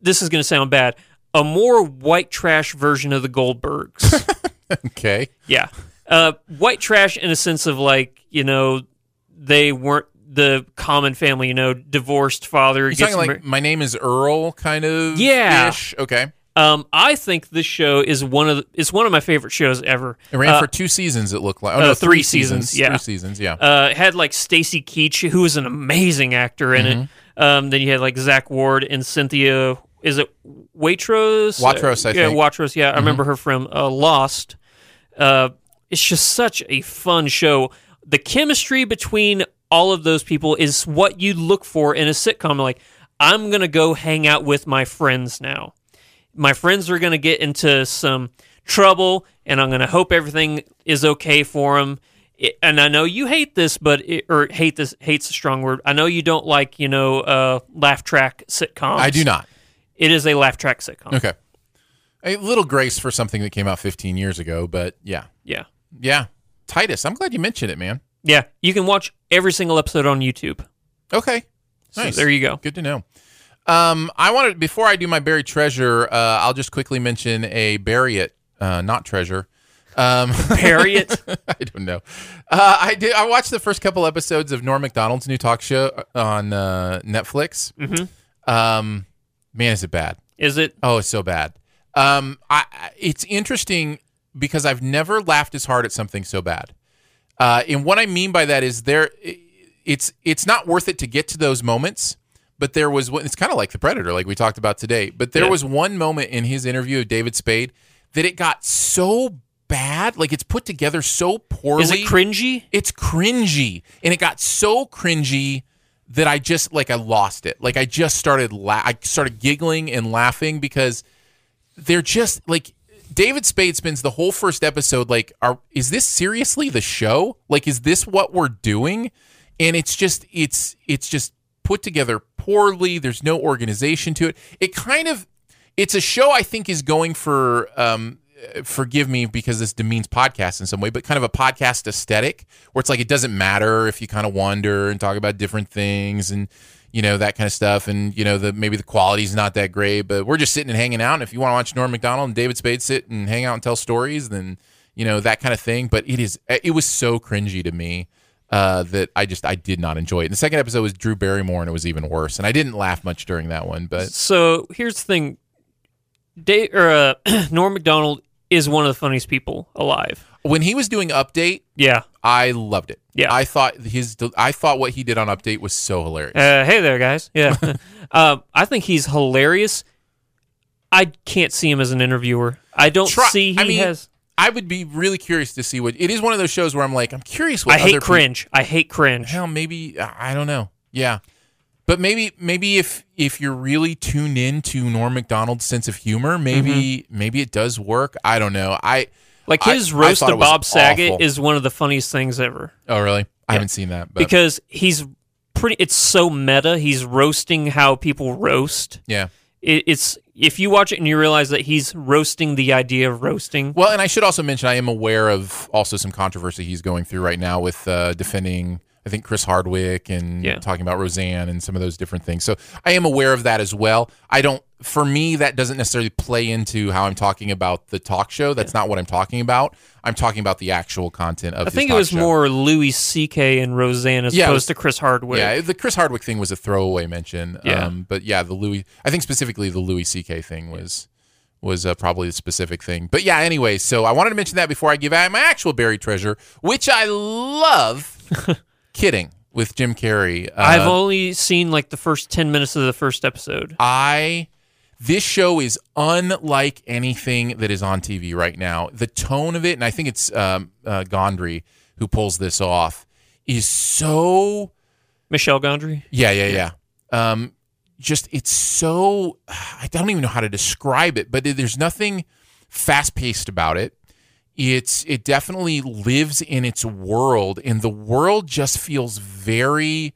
C: this is going to sound bad. A more white trash version of the Goldbergs.
D: Okay.
C: Yeah. Uh, white trash in a sense of like, you know, they weren't the common family, you know, divorced father.
D: You're
C: gets
D: talking
C: mar-
D: like my name is Earl, kind of.
C: Yeah.
D: ish? Okay.
C: um, I think this show is one of the, it's one of my favorite shows ever.
D: It ran
C: Uh,
D: for two seasons. It looked like. Oh
C: uh,
D: no,
C: three
D: three
C: seasons,
D: seasons.
C: yeah.
D: Three seasons. Yeah.
C: Uh, it had like Stacy Keach, who was an amazing actor in
D: Mm-hmm.
C: it. Um, then you had like Zach Ward and Cynthia. Is it Waitrose?
D: Watrous, I
C: yeah,
D: think. Mm-hmm.
C: Watrous. Yeah, I remember her from uh, Lost. Uh, it's just such a fun show. The chemistry between all of those people is what you look for in a sitcom. Like, I'm gonna go hang out with my friends now. My friends are gonna get into some trouble, and I'm gonna hope everything is okay for them. and I know you hate this, but it, or hate this hates a strong word. I know you don't like you know uh, laugh track sitcoms.
D: I do not.
C: It is a laugh track sitcom.
D: Okay. A little grace for something that came out 15 years ago, but yeah,
C: Yeah.
D: yeah. Titus, I'm glad you mentioned it, man.
C: Yeah, you can watch every single episode on YouTube.
D: Okay.
C: So there you go.
D: Good to know. Um, I wanted before I do my buried treasure, uh, I'll just quickly mention a bury it, uh, not treasure. Um,
C: Bury it?
D: I don't know. Uh, I did. I watched the first couple episodes of Norm Macdonald's new talk show on uh, Netflix. Um, man, is it bad?
C: Is it?
D: Oh, it's so bad. Um, I I- it's interesting because I've never laughed as hard at something so bad. Uh, and what I mean by that is there, i- it's it's not worth it to get to those moments. But there was one. It's kind of like the Predator, like we talked about today. But there
C: Yeah.
D: was one moment in his interview of David Spade that it got so bad, like it's put together so poorly.
C: Is it cringy?
D: It's cringy, and it got so cringy that I just like I lost it. Like I just started la- I started giggling and laughing because they're just like David Spade spends the whole first episode like are is this seriously the show? Like is this what we're doing? And it's just it's it's just put together poorly. There's no organization to it. It kind of it's a show I think is going for um uh, forgive me because this demeans podcasts in some way, but kind of a podcast aesthetic where it's like it doesn't matter if you kind of wander and talk about different things and you know that kind of stuff and you know the maybe the quality's not that great, but we're just sitting and hanging out. And if you want to watch Norm Macdonald and David Spade sit and hang out and tell stories, then you know that kind of thing. But it is it was so cringy to me uh, that I just I did not enjoy it. And the second episode was Drew Barrymore and it was even worse. And I didn't laugh much during that one, but
C: So here's the thing. Day, or, uh, Norm MacDonald is one of the funniest people alive.
D: when he was doing Update.
C: Yeah.
D: I loved it.
C: Yeah.
D: I thought his I thought what he did on Update was so hilarious.
C: Uh, hey there, guys. Yeah. uh, I think he's hilarious. I can't see him as an interviewer. I don't
D: Try-
C: see he
D: I mean,
C: has.
D: I would be really curious to see what it is. One of those shows where I'm like, I'm curious what
C: I hate
D: other peop-
C: cringe. I hate cringe.
D: Hell, maybe I I don't know. Yeah, but maybe maybe if if you're really tuned in to Norm Macdonald's sense of humor, maybe maybe it does work. I don't know. I
C: Like
D: I-
C: his
D: I
C: roast
D: thought it
C: of
D: was
C: Bob Saget
D: awful.
C: is one of the funniest things ever.
D: oh really? I haven't seen that. But
C: because he's pretty it's so meta he's roasting how people roast
D: yeah,
C: it, it's if you watch it and you realize that he's roasting the idea of roasting.
D: Well, and I should also mention I am aware of also some controversy he's going through right now with uh, defending. I think Chris Hardwick and
C: Yeah.
D: talking about Roseanne and some of those different things. So I am aware of that as well. I don't. For me, that doesn't necessarily play into how I'm talking about the talk show. That's not what I'm talking about. I'm talking about the actual content of.
C: I
D: his
C: think it
D: talk
C: was
D: show.
C: more Louis C.K. and Roseanne as
D: Yeah, it
C: opposed
D: was-
C: to Chris Hardwick.
D: Yeah, the Chris Hardwick thing was a throwaway mention.
C: Yeah.
D: Um, but yeah, the Louis, I think specifically the Louis C.K. thing was was uh, probably the specific thing. But yeah, anyway, so I wanted to mention that before I give out my actual buried treasure, which I love. kidding with Jim Carrey. Uh,
C: I've only seen like the first ten minutes of the first episode.
D: I this show is unlike anything that is on TV right now. The tone of it, and I think it's um, uh, Gondry who pulls this off, is so
C: Michelle Gondry.
D: Yeah, yeah, yeah. Um, just it's so I don't even know how to describe it, but there's nothing fast paced about it. It's it definitely lives in its world, and the world just feels very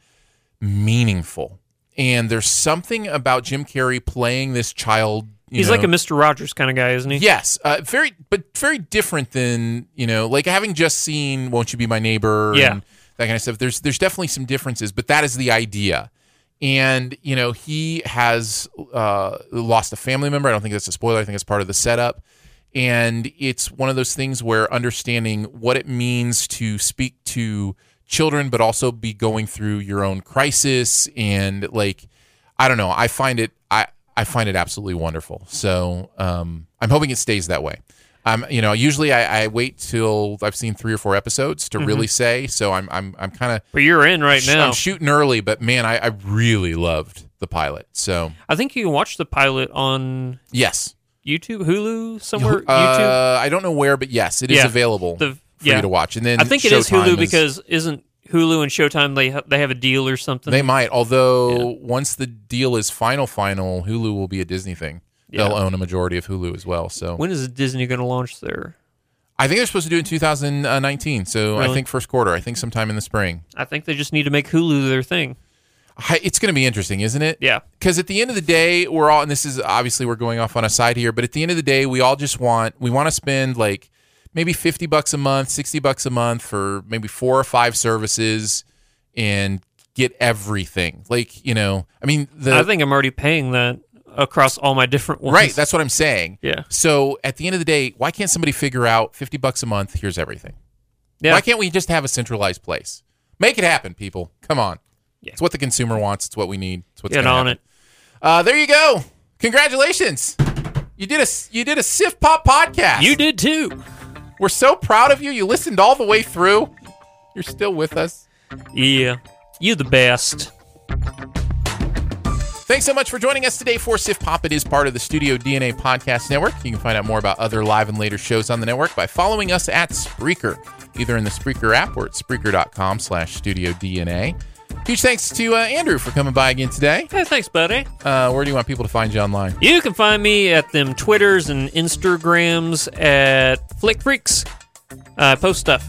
D: meaningful. And there's something about Jim Carrey playing this child. you
C: He's like a
D: know-
C: Mister Rogers kind of guy, isn't he?
D: Yes, uh, very, but very different than you know, like having just seen "Won't You Be My Neighbor"
C: Yeah.
D: and that kind of stuff. There's there's definitely some differences, but that is the idea. And you know, he has uh, lost a family member. I don't think that's a spoiler. I think it's part of the setup. And it's one of those things where understanding what it means to speak to children, but also be going through your own crisis and like I don't know. I find it I I find it absolutely wonderful. So um, I'm hoping it stays that way. Um, you know, usually I, I wait till I've seen three or four episodes to really say. So I'm I'm I'm kind of
C: But you're in right now.
D: I'm shooting early, but man, I, I really loved the pilot. So
C: I think you can watch the pilot on
D: yes,
C: YouTube, Hulu, somewhere. YouTube.
D: Uh, I don't know where, but yes, it is
C: Yeah.
D: available
C: The-
D: for
C: yeah.
D: you to watch. And then
C: I think it is
D: Showtime
C: Hulu because isn't Hulu and Showtime they ha- they have a deal or something?
D: they might. Although once the deal is final, final Hulu will be a Disney thing.
C: Yeah.
D: They'll own a majority of Hulu as well. So
C: when is Disney going to launch their?
D: I think they're supposed to do it in 2019. So I
C: Really?
D: think first quarter. I think sometime in the spring.
C: I think they just need to make Hulu their thing.
D: I, it's going to be interesting, isn't it?
C: Yeah.
D: Because at the end of the day, we're all, and this is obviously we're going off on a side here, but at the end of the day, we all just want we want to spend like maybe 50 bucks a month, 60 bucks a month for maybe four or five services, and get everything. Like you know, I mean, the
C: I think I'm already paying that across all my different ones.
D: right. That's what I'm saying.
C: Yeah.
D: So at the end of the day, why can't somebody figure out 50 bucks a month? Here's everything.
C: yeah.
D: Why can't we just have a centralized place? Make it happen, people. Come on. It's what the consumer wants. It's what we need. It's what's
C: get
D: gonna
C: on
D: happen.
C: it.
D: Uh, there you go. Congratulations. You did a you did a Sif Pop podcast.
C: You did too.
D: We're so proud of you. You listened all the way through. You're still with us.
C: Yeah. You the best.
D: Thanks so much for joining us today for Sif Pop. It is part of the Studio DNA Podcast Network. You can find out more about other live and later shows on the network by following us at Spreaker, either in the Spreaker app or at Spreaker.com slash Studio DNA. Huge thanks to uh, Andrew for coming by again today.
C: Hey, thanks, buddy.
D: Uh, where do you want people to find you online?
C: You can find me at them Twitters and Instagrams at Flick Freaks. I post stuff.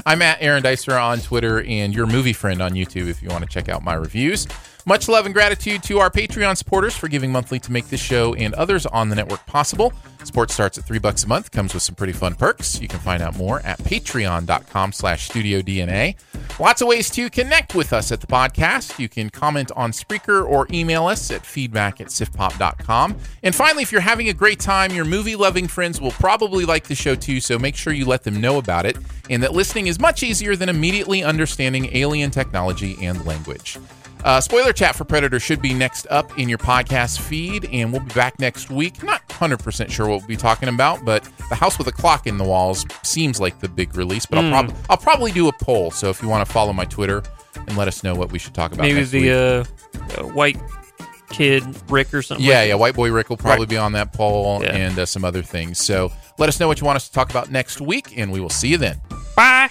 D: I'm at Aaron Dicer on Twitter and your movie friend on YouTube if you want to check out my reviews. Much love and gratitude to our Patreon supporters for giving monthly to make this show and others on the network possible. Support starts at three bucks a month, comes with some pretty fun perks. You can find out more at patreon.com slash studio DNA. Lots of ways to connect with us at the podcast. You can comment on Spreaker or email us at feedback at sifpop.com. And finally, if you're having a great time, your movie loving friends will probably like the show too, so make sure you let them know about it and that listening is much easier than immediately understanding alien technology and language. Uh, spoiler chat for Predator should be next up in your podcast feed, and we'll be back next week. Not 100% sure what we'll be talking about, but The House with a Clock in the Walls seems like the big release, but
C: Hmm.
D: I'll, prob- I'll probably do a poll. So if you want to follow my Twitter and let us know what we should talk about
C: Maybe
D: next week.
C: the uh, uh, white kid Rick or something.
D: Yeah, yeah. White Boy Rick will probably be on that poll
C: Yeah.
D: and uh, some other things. So let us know what you want us to talk about next week, and we will see you then.
C: Bye.